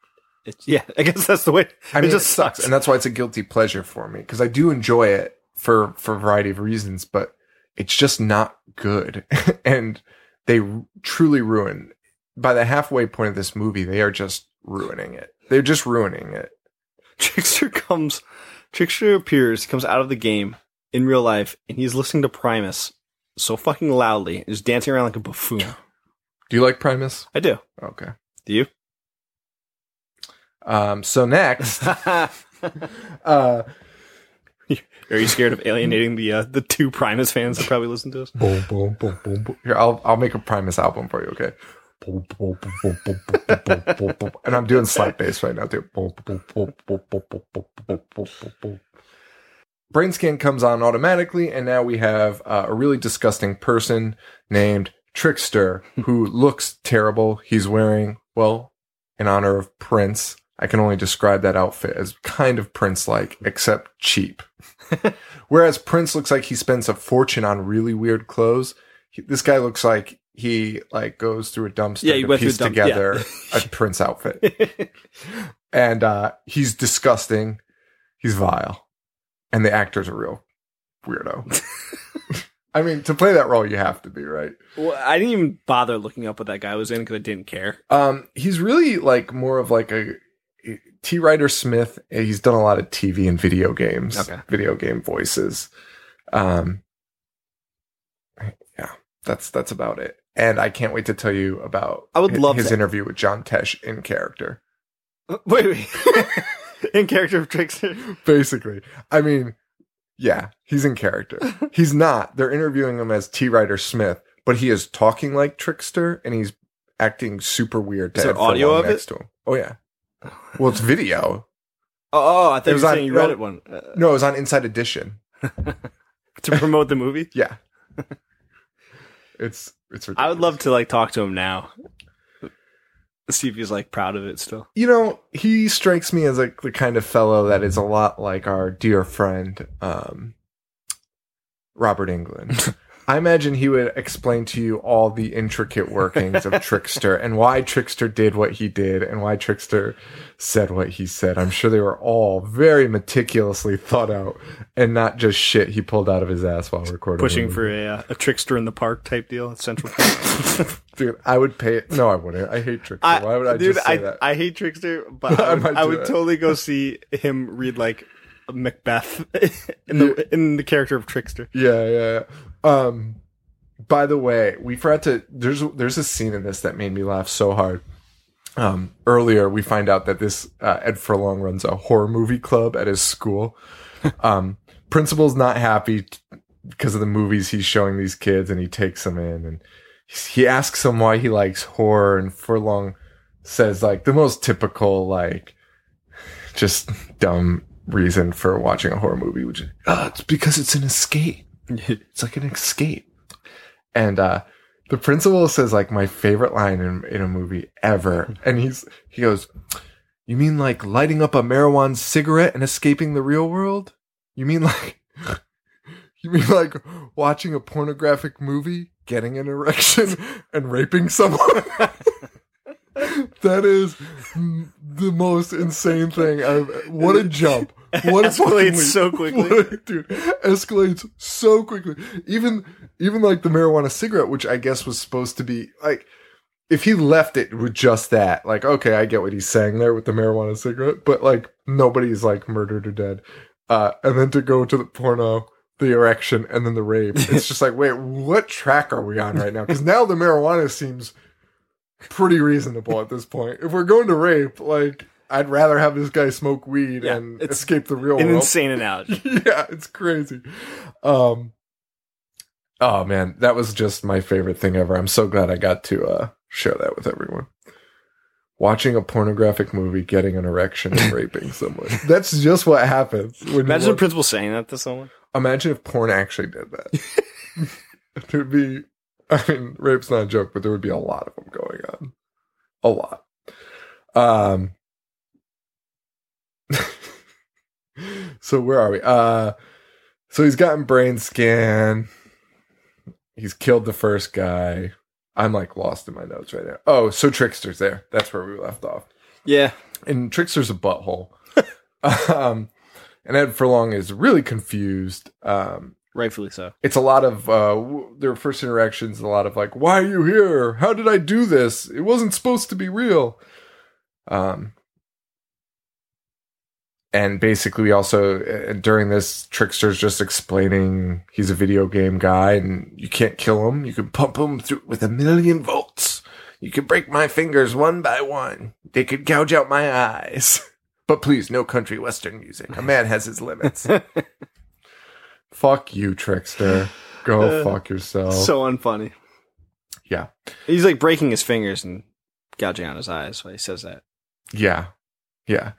S2: it, yeah. I guess that's the way.
S1: I
S2: It
S1: mean, it
S2: just
S1: just
S2: sucks.
S1: sucks, and that's why it's a guilty pleasure for me because I do enjoy it for for a variety of reasons, but it's just not good, and they r- truly ruin. By the halfway point of this movie, they are just ruining it. They're just ruining it.
S2: Trickster comes Trickster appears, comes out of the game in real life, and he's listening to Primus so fucking loudly and just dancing around like a buffoon.
S1: Do you like Primus?
S2: I do.
S1: Okay.
S2: Do you?
S1: Um, so next,
S2: Are
S1: uh,
S2: you scared of alienating the uh, the two Primus fans that probably listen to us?
S1: boom, boom, boom, boom, boom. Here, I'll I'll make a Primus album for you. Okay. Boom, boom, boom, boom, boom, boom, boom, boom, boom, boom. And I'm doing slap bass right now too. Boom, boom, boom, boom, boom, boom, boom, boom, boom, boom, boom. Brain scan comes on automatically, and now we have uh, a really disgusting person named Trickster
S2: Hmm.
S1: who looks terrible. He's wearing well, in honor of Prince. I can only describe that outfit as kind of Prince like, except cheap. Whereas Prince looks like he spends a fortune on really weird clothes. He, this guy looks like he like goes through a dumpster
S2: Yeah, you
S1: to
S2: went through
S1: piece
S2: a dump-
S1: together
S2: yeah.
S1: a Prince outfit, and uh, he's disgusting. He's vile, and the actor's a real weirdo. I mean, to play that role, you have to be right.
S2: well, I didn't even bother looking up what that guy was in because I didn't care.
S1: Um, he's really like more of like a T. Ryder Smith. eh, He's done a lot of TV and video games,
S2: Okay.
S1: video game voices. Um, yeah, that's that's about it. And I can't wait to tell you about.
S2: I would
S1: hi-
S2: love
S1: his
S2: that.
S1: interview with John Tesh in character.
S2: Wait, wait. in character of Trickster.
S1: Basically, I mean, yeah, he's in character. he's not. They're interviewing him as T. Ryder Smith, but he is talking like Trickster, and he's acting super weird. To
S2: Is there
S1: Ed Furlong
S2: audio of it?
S1: next to him. Oh yeah. Well, it's video.
S2: Oh, oh, I
S1: It
S2: thought you
S1: was
S2: were
S1: on-
S2: saying you read it one uh,
S1: No, it was on Inside Edition.
S2: to promote the movie.
S1: Yeah, it's it's. Ridiculous.
S2: I would love to like talk to him now. See if he's like proud of it still.
S1: You know, he strikes me as like the kind of fellow that is a lot like our dear friend, um, Robert England. I imagine he would explain to you all the intricate workings of Trickster and why Trickster did what he did and why Trickster said what he said. I'm sure they were all very meticulously thought out and not just shit he pulled out of his ass while recording.
S2: Pushing
S1: the
S2: for a, uh, a trickster in the park type deal at Central Park.
S1: Dude, I would pay it. No, I wouldn't. I hate Trickster.
S2: I,
S1: Why would I
S2: dude,
S1: just say
S2: I,
S1: that?
S2: I hate Trickster, but
S1: I
S2: I would,
S1: might
S2: I
S1: do
S2: would
S1: that.
S2: totally go see him read like Macbeth in the in the character of Trickster.
S1: yeah, yeah. yeah. Um, by the way, we forgot to. There's there's a scene in this that made me laugh so hard. Um, earlier, we find out that this uh, Ed Furlong runs a horror movie club at his school. Um, principal's not happy t- because of the movies he's showing these kids, and he takes them in and he asks him why he likes horror, and Furlong says like the most typical like just dumb reason for watching a horror movie, which is, "Ah, it's because it's an escape. It's like an escape. And uh the principal says like my favorite line in, in a movie ever. And he's he goes, You mean like lighting up a marijuana cigarette and escaping the real world? You mean like you mean like watching a pornographic movie, getting an erection, and raping someone? that is m- the most insane thing I've what a jump. What a fucking leap.
S2: Escalates so quickly.
S1: dude escalates so quickly even even like the marijuana cigarette which i guess was supposed to be like if he left it with just that like okay i get what he's saying there with the marijuana cigarette but like nobody's like murdered or dead uh and then to go to the porno the erection and then the rape it's just like wait what track are we on right now because now the marijuana seems pretty reasonable at this point if we're going to rape like i'd rather have this guy smoke weed
S2: Yeah,
S1: and
S2: it's
S1: escape the real
S2: An
S1: world
S2: insane analogy.
S1: yeah, it's crazy. Um Oh man, that was just my favorite thing ever. I'm so glad I got to uh share that with everyone. Watching a pornographic movie, getting an erection and raping someone. That's just what happens. When you
S2: Imagine the
S1: watch-
S2: principal saying that to someone.
S1: imagine if porn actually did that. There'd be I mean, rape's not a joke, but there would be a lot of them going on. A lot. Um so where are we? Uh so he's gotten brain scan. He's killed the first guy. I'm like lost in my notes right now. Oh, so Trickster's there. That's where we left off
S2: Yeah,
S1: and Trickster's a butthole. um, and Ed Furlong is really confused. Um,
S2: rightfully so.
S1: it's a lot of uh, w- their first interactions. A lot of like, "Why are you here? How did I do this? It wasn't supposed to be real." Um, and basically we also uh, during this trickster's just explaining he's a video game guy and you can't kill him you can pump him through with a million volts you can break my fingers one by one they could gouge out my eyes but please no country western music a man has his limits fuck you trickster go
S2: Uh,
S1: fuck yourself
S2: So unfunny.
S1: Yeah.
S2: He's like breaking his fingers and gouging out his eyes when he says that.
S1: Yeah. Yeah.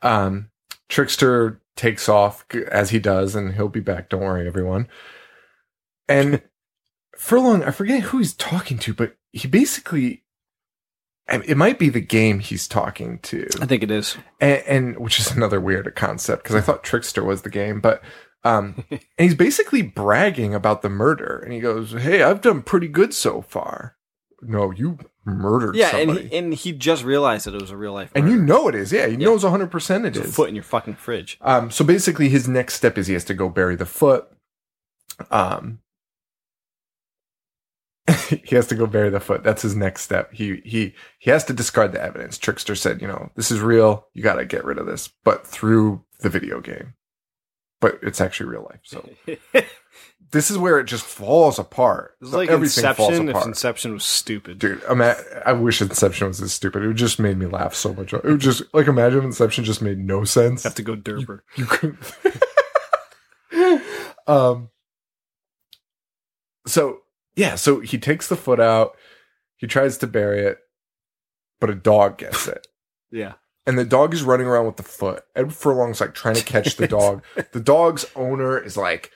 S1: Um, Trickster takes off g- as he does, and he'll be back. Don't worry, everyone. And Furlong, I forget who he's talking to, but he basically, I- it might be the game he's talking to
S2: I think it is.
S1: and, and which is another weird concept because I thought Trickster was the game, but um, and he's basically bragging about the murder, and he goes, "Hey, I've done pretty good so far." No, you murdered
S2: Yeah, and
S1: somebody,
S2: he, and he just realized that it was a real life.
S1: and,
S2: murder.
S1: you know it is. Yeah, he
S2: Yeah.
S1: knows hundred percent it
S2: It's a
S1: is.
S2: foot in your fucking fridge.
S1: Um, so basically, his next step is he has to go bury the foot. Um, he has to go bury the foot. That's his next step. He he he has to discard the evidence. Trickster said, you know, this is real. You got to get rid of this, but through the video game. But it's actually real life. So
S2: it's
S1: this is where it just falls apart. So
S2: like Inception. If Inception was stupid,
S1: Dude, I'm at, I wish Inception was this stupid. It just made me laugh so much. It would just like imagine Inception just made no sense.
S2: have to go derper.
S1: You couldn't. um. So yeah, so he takes the foot out. He tries to bury it, but a dog gets it,
S2: Yeah,
S1: and the dog is running around with the foot. Ed Furlong's like trying to catch the dog. the dog's owner is like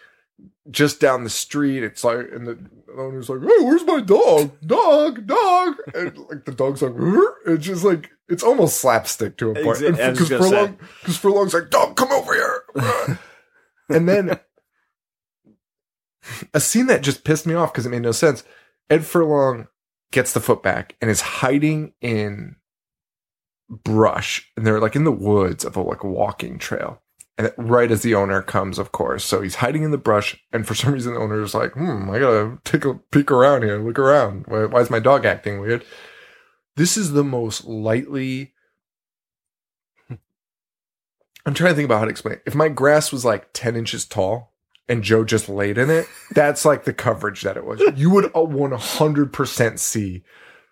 S1: just down the street. It's like, and the owner's like, "Hey, where's my dog? Dog, dog!" And like the dog's like, "Rrr." it's just like it's almost slapstick to a point.
S2: Exa- I was
S1: Because
S2: gonna say.
S1: Furlong, because Furlong's like, "Dog, come over here!" and then a scene that just pissed me off because it made no sense. Ed Furlong gets the foot back and is hiding in brush, and they're like in the woods of a like walking trail. And right as the owner comes, of course. So he's hiding in the brush. And for some reason, the owner is like, hmm, I gotta take a peek around here, look around. Why, why is my dog acting weird? This is the most lightly. I'm trying to think about how to explain it. If my grass was like 10 inches tall and Joe just laid in it, that's like the coverage that it was. You would uh, 100% see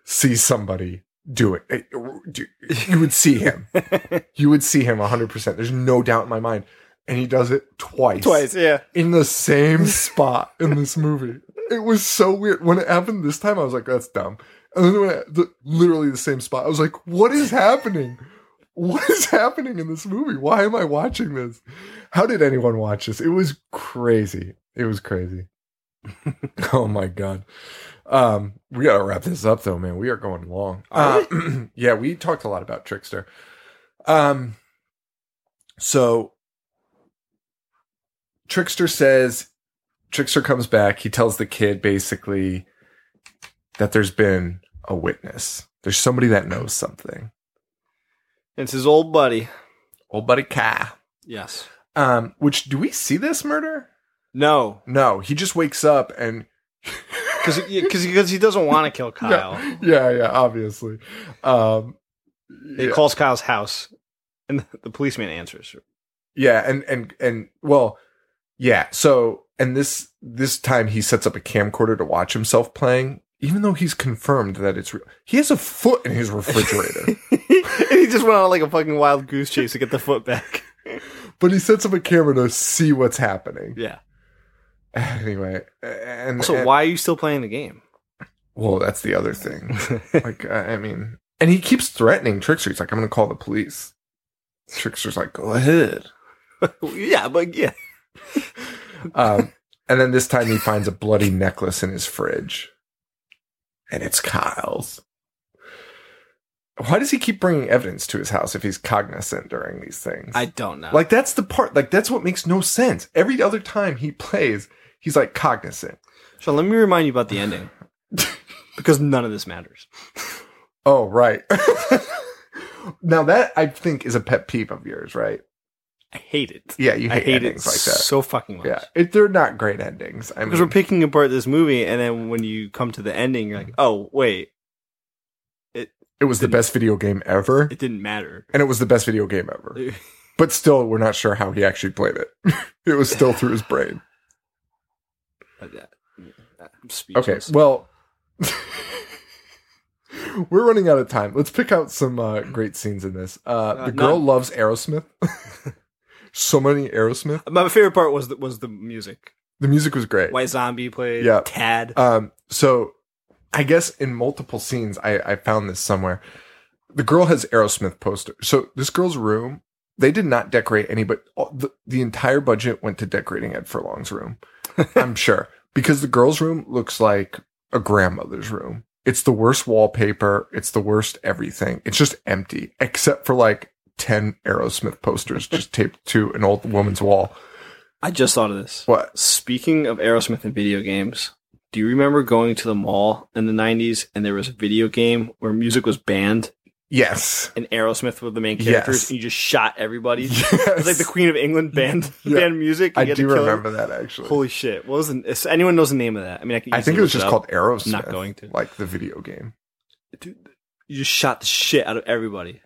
S1: see somebody do it. It- You would see him you would see him 100%. There's no doubt in my mind. And he does it twice.
S2: twice. Yeah,
S1: In the same spot in this movie. It was so weird. When it happened this time, I was like, that's dumb. And then when it, the, literally the same spot, I was like, what is happening? What is happening in this movie? Why am I watching this? How did anyone watch this? It was crazy. It was crazy. oh my god. Um, we gotta wrap this up though, man. We are going long.
S2: Are
S1: Uh, yeah, we talked a lot about Trickster. Um, so Trickster says, Trickster comes back. He tells the kid basically that there's been a witness. There's somebody that knows something.
S2: it's his old buddy.
S1: Old buddy Ka.
S2: Yes.
S1: Um, which do we see this murder?
S2: No,
S1: No, he just wakes up and
S2: because because he doesn't want to kill Kyle.
S1: Yeah, yeah, yeah, obviously. Um,
S2: He
S1: yeah.
S2: calls Kyle's house, and the policeman answers.
S1: Yeah, and and and well, yeah. So and this this time he sets up a camcorder to watch himself playing, even though he's confirmed that it's real. He has a foot in his refrigerator,
S2: and he just went on like a fucking wild goose chase to get the foot back.
S1: but he sets up a camera to see what's happening.
S2: Yeah.
S1: Anyway, and
S2: So
S1: and-
S2: why are you still playing the game?
S1: Well, that's the other thing. like I I mean, and he keeps threatening Trickster. He's like, "I'm going to call the police." Trickster's like, "Go ahead."
S2: yeah, but yeah.
S1: Um, and then this time he finds a bloody necklace in his fridge. And it's Kyle's. Why does he keep bringing evidence to his house if he's cognizant during these things?
S2: I don't know.
S1: like, that's the part. Like, that's what makes no sense. Every other time he plays, he's like cognizant.
S2: so let me remind you about the ending. because none of this matters.
S1: Oh, right. now, that I think is a pet peeve of yours, right?
S2: I hate it.
S1: Yeah, you
S2: I
S1: hate,
S2: hate it
S1: endings like that.
S2: so fucking much.
S1: yeah, it, they're not great endings. I mean,
S2: Because we're picking apart this movie, and then when you come to the ending, you're like, "Oh, wait,
S1: it was the best video game ever,
S2: it didn't matter."
S1: and it was the best video game ever. But still, we're not sure how he actually played it. it was still through his brain.
S2: But, uh, I'm
S1: Okay,
S2: speechless.
S1: well, we're running out of time. Let's pick out some uh, great scenes in this. Uh,
S2: Uh,
S1: the girl
S2: none.
S1: loves Aerosmith. so many Aerosmith.
S2: My favorite part was the, was the music.
S1: The music was great.
S2: White Zombie played.
S1: Yeah.
S2: Tad.
S1: Um, so I guess in multiple scenes, I, I found this somewhere. The girl has Aerosmith poster. So this girl's room, they did not decorate any, but all, the, the entire budget went to decorating Ed Furlong's room. I'm sure because the girl's room looks like a grandmother's room. It's the worst wallpaper. It's the worst everything. It's just empty except for like 10 Aerosmith posters just taped to an old woman's wall.
S2: I just thought of this.
S1: What?
S2: Speaking of Aerosmith and video games, do you remember going to the mall in the 90s and there was a video game where music was banned
S1: Yes.
S2: and Aerosmith were the main
S1: Yes.
S2: characters and you just shot everybody? It was like the
S1: Yes.
S2: Queen of England banned,
S1: Yeah.
S2: banned music. and
S1: I
S2: you had to
S1: do
S2: kill her.
S1: remember that actually.
S2: Holy shit. What was the, if anyone knows the name of that? I mean, I, can
S1: I think it was just called Aerosmith.
S2: Not going to.
S1: like the video game.
S2: Dude, you just shot the shit out of everybody.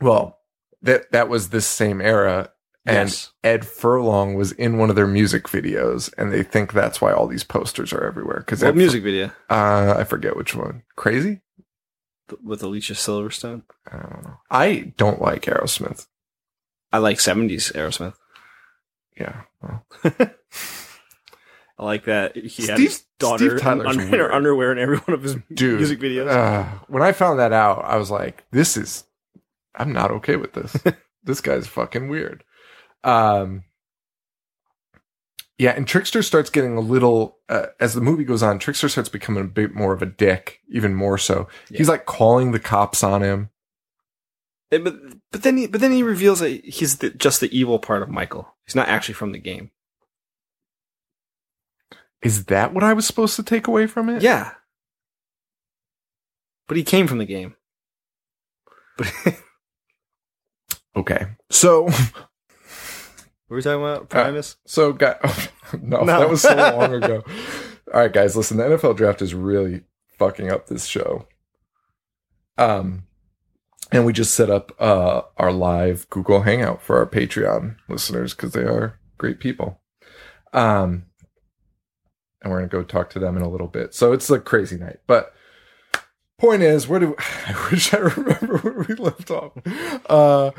S1: Well, that that was this same era, and
S2: yes.
S1: Ed Furlong was in one of their music videos, and they think that's why all these posters are everywhere. Because
S2: What music video?
S1: Uh, I forget which one. Crazy.
S2: Th- With Alicia Silverstone?
S1: I don't know. I don't like Aerosmith.
S2: I like 70s Aerosmith.
S1: Yeah. well,
S2: I like that he had
S1: Steve-
S2: his daughter
S1: Steve Tyler's
S2: un- in her
S1: weird.
S2: underwear in every one of his
S1: Dude.
S2: music videos.
S1: Uh, when I found that out, I was like, "This is, I'm not okay with this. this guy's fucking weird." Um, yeah, and Trickster starts getting a little uh, as the movie goes on. Trickster starts becoming a bit more of a dick, even more so. He's like calling the cops on him.
S2: And- but but then he but then he reveals that he's the, just the evil part of Michael. He's not actually from the game.
S1: Is that what I was supposed to take away from it?
S2: Yeah, but he came from the game. But what
S1: Okay. So,
S2: were we talking about Primus?
S1: so guy, no,
S2: No.
S1: that was so long ago. All right, guys, listen. The NFL draft is really fucking up this show. Um, and we just set up uh our live Google Hangout for our Patreon listeners because they are great people. Um, and we're gonna go talk to them in a little bit. So it's a crazy night, but point is, where do I wish I remember where we left off? Uh.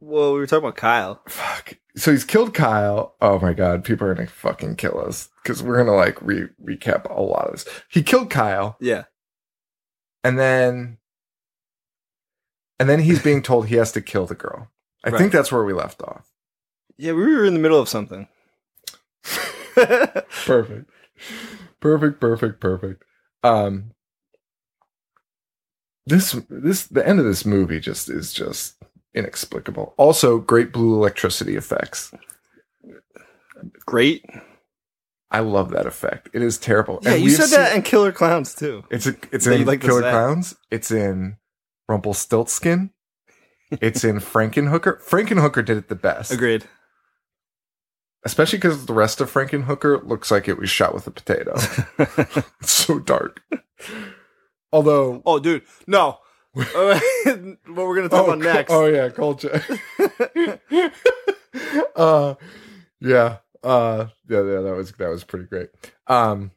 S2: well, we were talking about Kyle.
S1: fuck. So he's killed Kyle. Oh my god, people are gonna fucking kill us because we're gonna like re- recap a lot of this. He killed Kyle,
S2: Yeah,
S1: and then, and then he's being told he has to kill the girl. I
S2: Right.
S1: think that's where we left off.
S2: yeah, we were in the middle of something. yeah,
S1: Perfect, perfect, perfect, perfect. Um, this this the end of this movie just is just inexplicable. Also, great blue electricity effects.
S2: great.
S1: I love that effect. It is terrible.
S2: Yeah, you
S1: we've
S2: said
S1: seen-
S2: that and Killer Clowns too.
S1: It's a, it's
S2: That you
S1: in
S2: like the
S1: Killer
S2: set.
S1: Clowns. It's in Rumpelstiltskin. It's in Frankenhooker. Frankenhooker did it the best,
S2: Agreed.
S1: especially because the rest of Frankenhooker looks like it was shot with a potato. it's so dark. Although,
S2: Oh, dude, no. Uh, what we're gonna talk
S1: oh,
S2: about next?
S1: oh yeah, culture. uh, yeah, uh, yeah, yeah. That was that was pretty great. Um,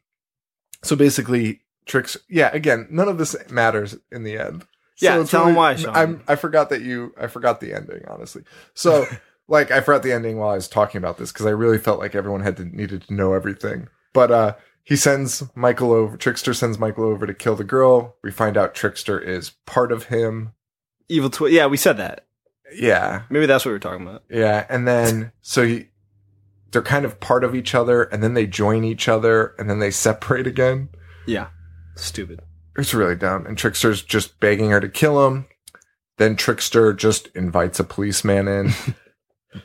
S1: so basically, tricks. Yeah, again, none of this matters in the end.
S2: Yeah,
S1: it's
S2: tell 'em why, Sean.
S1: I'm, I forgot that you. I forgot the ending, honestly. So, like, I forgot the ending while I was talking about this because I really felt like everyone had to needed to know everything. But uh, he sends Michael over. Trickster sends Michael over to kill the girl. We find out Trickster is part of him.
S2: Evil twin. Yeah, we said that.
S1: Yeah,
S2: Maybe that's what we were talking about.
S1: yeah, and then so he, they're kind of part of each other, and then they join each other, and then they separate again.
S2: Yeah. Stupid.
S1: It's really dumb. And Trickster's just begging her to kill him. Then Trickster just invites a policeman in,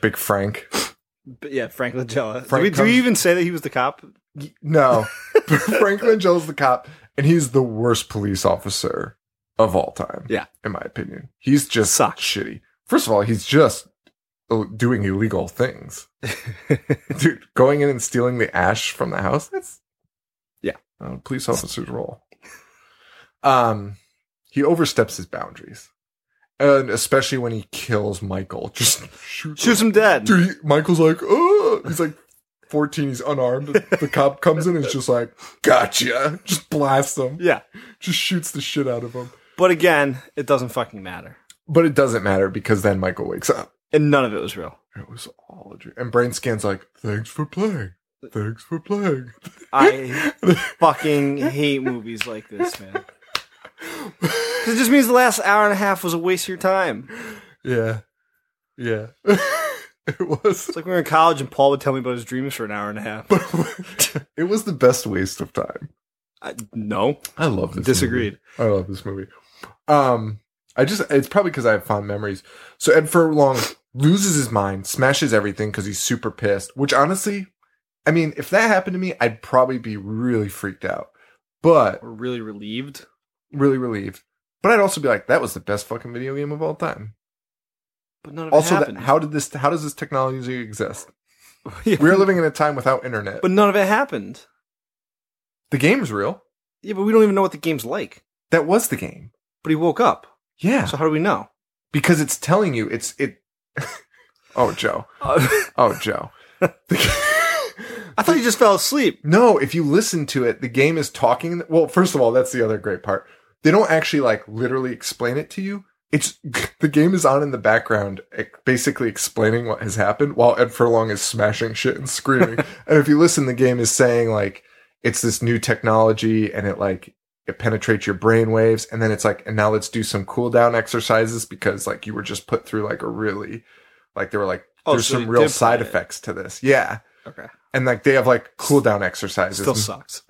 S1: Big Frank.
S2: But yeah, Frank Langella.
S1: Frank
S2: do, we, do we
S1: comes-
S2: even say that he was the cop?
S1: No, Frank Langella's the cop, and he's the worst police officer of all time.
S2: Yeah.
S1: in my opinion, he's just
S2: Sucks.
S1: shitty. First of all, he's just uh, doing illegal things. dude going in and stealing the ash from the house that's
S2: Yeah.
S1: uh, police officer's role um he oversteps his boundaries and especially when he kills Michael, just shoot,
S2: Shoots him dead.
S1: Dude, he- Michael's like, oh, he's like 14, he's unarmed. The cop comes in and is just like, gotcha. Just blasts him,
S2: Yeah.
S1: just shoots the shit out of him.
S2: But again, it doesn't fucking matter.
S1: But it doesn't matter because then Michael wakes up.
S2: And none of it was real.
S1: It was all a dream. And Brain Scan's like, thanks for playing. Thanks for playing.
S2: I fucking hate movies like this, man. It just means the last hour and a half was a waste of your time.
S1: yeah. Yeah. it was.
S2: It's like we were in college and Paul would tell me about his dreams for an hour and a half.
S1: But it was the best waste of time.
S2: I, no,
S1: I love this.
S2: disagreed.
S1: movie. I love this movie. Um, I just it's probably because I have fond memories. So Ed Furlong loses his mind, smashes everything because he's super pissed. Which honestly, I mean, if that happened to me, I'd probably be really freaked out, but
S2: We're really relieved.
S1: really relieved. But I'd also be like, that was the best fucking video game of all time.
S2: But none of it
S1: Also, that,
S2: happened.
S1: how did this? How does this technology exist?
S2: Yeah,
S1: We're living in a time without internet.
S2: but none of it happened.
S1: the game's real.
S2: Yeah, but we don't even know what the game's like.
S1: That was the game.
S2: But he woke up.
S1: Yeah.
S2: So how do we know?
S1: because it's telling you it's it oh joe oh joe
S2: I thought you just fell asleep.
S1: no if you listen to it the game is talking well first of all that's the other great part they don't actually like literally explain it to you it's the game is on in the background e- basically explaining what has happened while ed furlong is smashing shit and screaming and if you listen the game is saying like it's this new technology and it like it penetrates your brain waves and then it's like and now let's do some cool down exercises because like you were just put through like a really like they were like
S2: Oh,
S1: there's
S2: so
S1: some
S2: you
S1: real
S2: did
S1: side
S2: play it.
S1: effects to this yeah
S2: Okay.
S1: and like they have like cool down exercises
S2: Still
S1: And-
S2: sucks.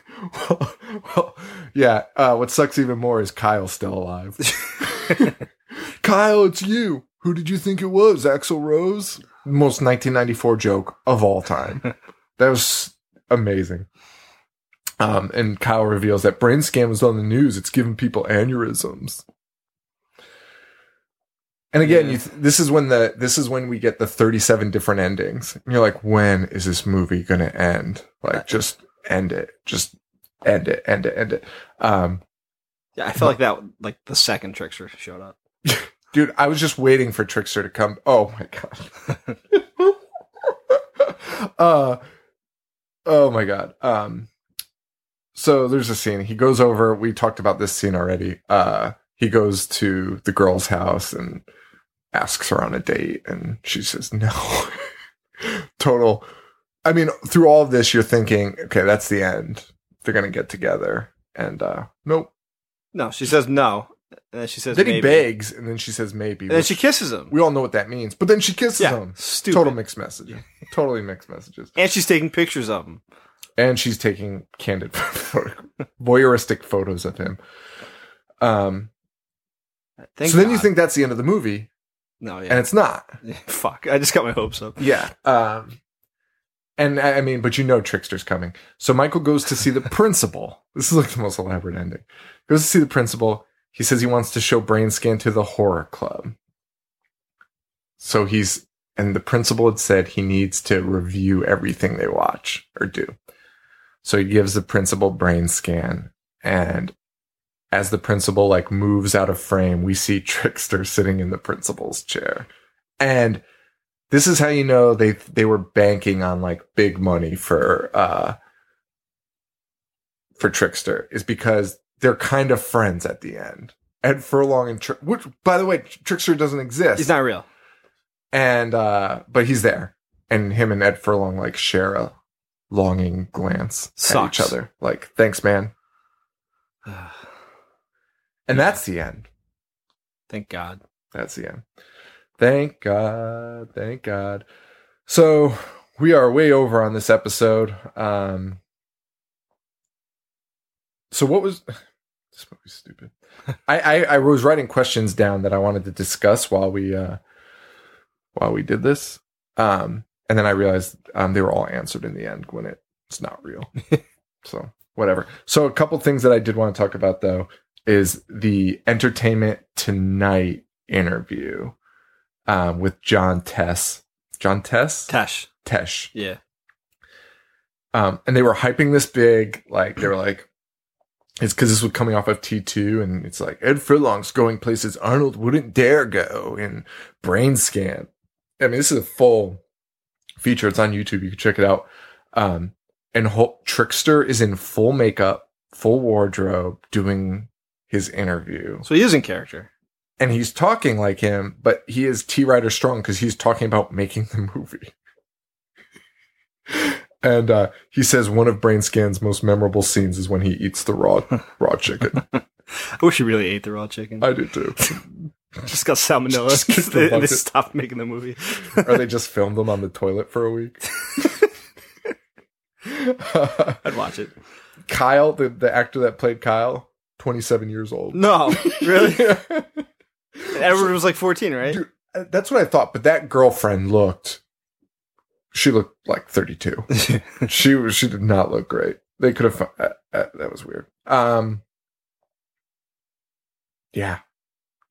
S1: well, well, yeah uh, what sucks even more is kyle's still alive kyle it's you who did you think it was axel rose most 1994 joke of all time that was amazing um, and Kyle reveals that brain scan was on the news. It's giving people aneurysms. And again,
S2: Yeah.
S1: you th- this is when the this is when we get the thirty-seven different endings. And you're like, when is this movie going to end? Like, just end it. Just end it. End it. End it. Um,
S2: Yeah, I felt like that. Like the second trickster showed up.
S1: dude, I was just waiting for Trickster to come. Oh my god. uh, oh my god. Um, so there's a scene. He goes over. We talked about this scene already. Uh, he goes to the girl's house and asks her on a date, and she says no. Total. I mean, through all of this, you're thinking, okay, that's the end. They're gonna get together, and uh, nope.
S2: No, she says no, and then she says
S1: Then
S2: maybe.
S1: he begs, and then she says maybe.
S2: and then
S1: which-
S2: she kisses him.
S1: we all know what that means. But then she kisses
S2: yeah,
S1: him.
S2: stupid.
S1: Total mixed messages. Totally mixed messages.
S2: and she's taking pictures of him.
S1: And she's taking candid photo- voyeuristic photos of him. Um
S2: Thank
S1: so then you
S2: God.
S1: think that's the end of the movie,
S2: no,
S1: and
S2: yeah,
S1: it's not.
S2: fuck. I just got my hopes up.
S1: Yeah. Um and I I mean, but you know Trickster's coming. So Michael goes to see the principal. This is like the most elaborate ending. Goes to see the principal. He says he wants to show brain scan to the horror club. So he's and the principal had said he needs to review everything they watch or do. So he gives the principal brain scan and as the principal like moves out of frame, we see Trickster sitting in the principal's chair. And this is how you know they they were banking on like big money for uh for Trickster is because they're kind of friends at the end. Ed Furlong and Tri- which by the way, Trickster doesn't exist
S2: He's not real.
S1: and uh but he's there and him and ed furlong like share a longing glance
S2: Sucks.
S1: at each other like thanks man and
S2: Yeah.
S1: that's the end
S2: Thank God.
S1: that's the end thank god thank god so we are way over on this episode um so what was this movie's stupid I, I i was writing questions down that i wanted to discuss while we uh while we did this. Um, and then I realized um, they were all answered in the end when it, it's not real. so whatever. So a couple things that I did want to talk about though is the Entertainment Tonight interview um, with John Tess. John Tess?
S2: Tesh.
S1: Tesh.
S2: Yeah.
S1: Um, and they were hyping this big, like they were like, It's because this was coming off of T2, and it's like Ed Furlong's going places Arnold wouldn't dare go in Brain Scan. I mean, this is a full feature. It's on YouTube. You can check it out. Um, and Hulk Trickster is in full makeup, full wardrobe, doing his interview.
S2: So he is in character.
S1: And he's talking like him, but he is T Rider Strong because he's talking about making the movie. and uh, he says one of Brain Scan's most memorable scenes is when he eats the raw raw chicken.
S2: I wish he really ate the raw chicken.
S1: I do too.
S2: just got salmonella.
S1: Just get the
S2: they, they
S1: bucket.
S2: stopped making the movie.
S1: or they just filmed them on the toilet for a week.
S2: I'd watch it.
S1: Kyle, the, the actor that played Kyle, 27 years old.
S2: No, really.
S1: Yeah.
S2: Edward was like fourteen, right?
S1: Dude. That's what I thought, but that girlfriend looked she looked like 32. she was she did not look great. They could have uh, uh, that was weird. Um Yeah.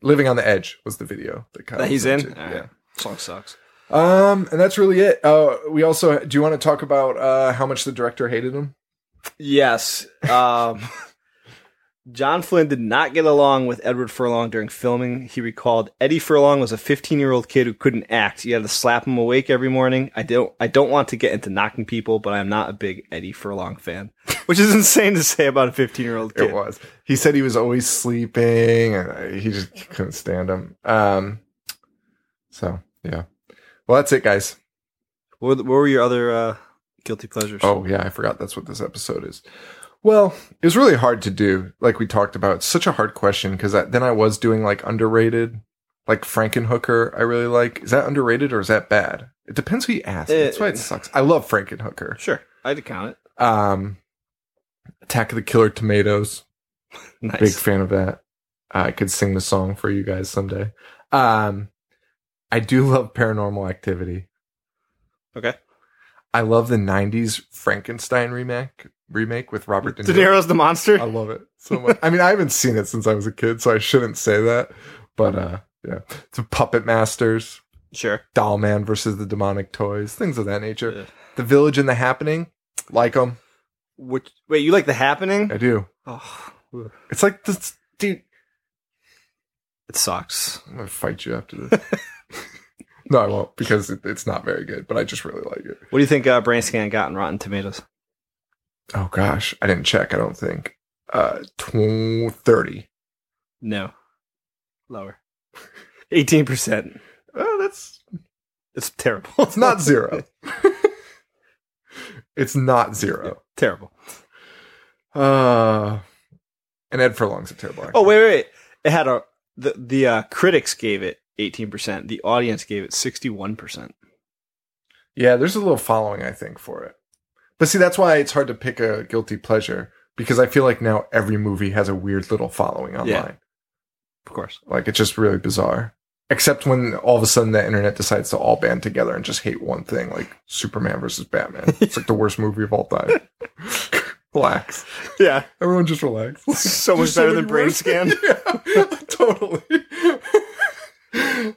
S1: Living on the Edge was the video that Kyle
S2: that he's
S1: was
S2: in.
S1: into.
S2: All
S1: Yeah.
S2: right. Song sucks.
S1: Um, and that's really it. Uh, we also do you want to talk about uh how much the director hated him?
S2: Yes. Um, John Flynn did not get along with Edward Furlong during filming. He recalled Eddie Furlong was a 15 year old kid who couldn't act. You had to slap him awake every morning. I don't. I don't want to get into knocking people, but I'm not a big Eddie Furlong fan, which is insane to say about a 15 year old kid.
S1: It was. He said he was always sleeping, and I- he just couldn't stand him. Um, so yeah. Well, that's it, guys.
S2: What were, the- what were your other uh, guilty pleasures?
S1: Oh yeah, I forgot that's what this episode is. Well, it was really hard to do, like we talked about. It's such a hard question because then I was doing like underrated, like Frankenhooker. I really like. Is that underrated or is that bad? It depends who you ask. That's why it
S2: Eh.
S1: sucks. I love Frankenhooker.
S2: sure. I had to count it.
S1: Um, Attack of the Killer Tomatoes.
S2: Nice.
S1: Big fan of that. I could sing the song for you guys someday. Um, I do love Paranormal Activity.
S2: Okay.
S1: I love the '90s Frankenstein remake remake with Robert De
S2: De
S1: Niro. Um,
S2: Niro's the monster.
S1: I love it so much. I mean, I haven't seen it since I was a kid, so I shouldn't say that. But uh, yeah, it's Puppet Masters,
S2: sure.
S1: Doll Man versus the Demonic Toys, things of that nature.
S2: Yeah.
S1: The Village and the Happening, like them,
S2: Which, wait, you like the happening?
S1: I do.
S2: Oh,
S1: It's like this, dude.
S2: it sucks.
S1: I'm gonna fight you after this. no, I won't because it, it's not very good. But I just really like it.
S2: What do you think uh, Brain Scan got in Rotten Tomatoes?
S1: Oh gosh, I didn't check. I don't think. Uh, tw- thirty.
S2: No, lower. Eighteen percent.
S1: Oh, that's
S2: It's terrible.
S1: it's not zero. it's not zero.
S2: terrible.
S1: Uh, and Ed Furlong's a terrible actor.
S2: Oh wait, wait, wait. It had a the the uh, critics gave it eighteen percent. The audience gave it sixty one percent.
S1: yeah, there's a little following I think for it. But see, that's why it's hard to pick a guilty pleasure because I feel like now every movie has a weird little following online.
S2: Yeah. Of course.
S1: Like it's just really bizarre. Except when all of a sudden the internet decides to all band together and just hate one thing, like Superman versus Batman. It's like the worst movie of all time. relax.
S2: Yeah.
S1: Everyone just relax.
S2: So much
S1: There's
S2: better
S1: many
S2: than Brain
S1: words.
S2: Scan.
S1: yeah, totally.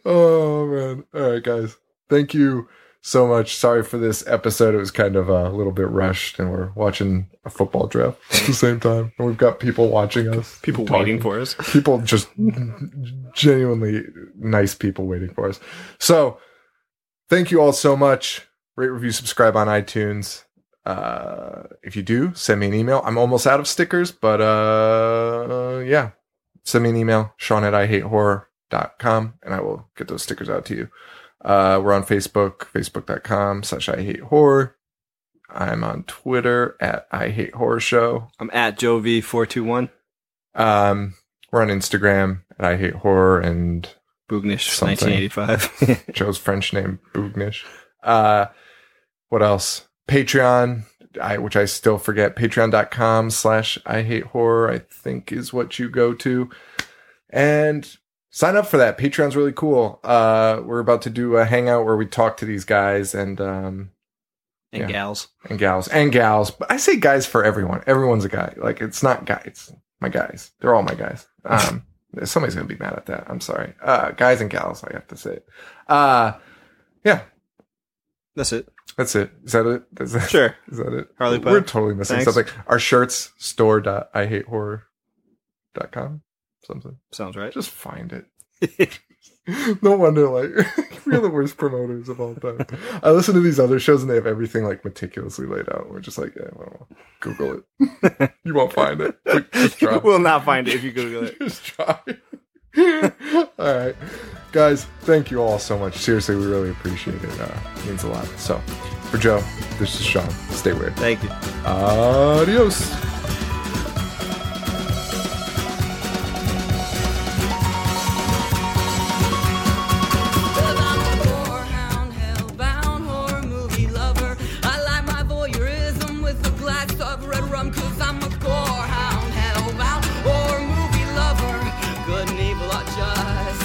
S1: oh man. All right, guys. Thank you so much. Sorry for this episode. It was kind of uh, a little bit rushed, and we're watching a football draft at the same time, and we've got people watching us.
S2: People
S1: talking
S2: waiting for us.
S1: people just genuinely nice people waiting for us. So thank you all so much. Rate, review, subscribe on iTunes. Uh, if you do, send me an email. I'm almost out of stickers, but uh, yeah, send me an email, Sean at I hate horror.com, and I will get those stickers out to you. Uh, we're on Facebook, facebook.com slash I hate horror. I'm on Twitter at I hate horror show.
S2: I'm at Joe V four two one
S1: Um, we're on Instagram at I Hate Horror and
S2: Boognish
S1: Something.
S2: nineteen eighty five.
S1: Joe's French name Boognish. Uh, what else? Patreon, I which I still forget. Patreon.com slash I Hate Horror, I think is what you go to, and sign up for that. Patreon's really cool. Uh, we're about to do a hangout where we talk to these guys and um
S2: and
S1: Yeah.
S2: gals.
S1: and gals and gals. But I say guys for everyone. Everyone's a guy. Like it's not guys. It's my guys. They're all my guys. Um, somebody's gonna be mad at that. I'm sorry. Uh, guys and gals. I have to say. it. Uh, yeah.
S2: That's it.
S1: That's it. Is that it? Is that,
S2: Sure.
S1: is that it?
S2: Harley
S1: We're
S2: Pope.
S1: totally missing
S2: Thanks.
S1: something. Our shirts store dot I hate horror dot com something.
S2: Sounds right.
S1: Just find it. no wonder, like, we're the worst promoters of all time. I listen to these other shows and they have everything, like, meticulously laid out. We're just like, yeah, well, Google it. you won't find it. Like, just try.
S2: you will not find it if you Google it.
S1: just try. all right. Guys, thank you all so much. Seriously, we really appreciate it. Uh, it means a lot. So, for Joe, this is Sean. Stay weird.
S2: Thank you.
S1: Adios.
S3: Whorehound, hellbound, horror movie lover. I like my voyeurism with a glass of red rum, cause I'm a whorehound, hellbound, horror movie lover. Good and evil are just.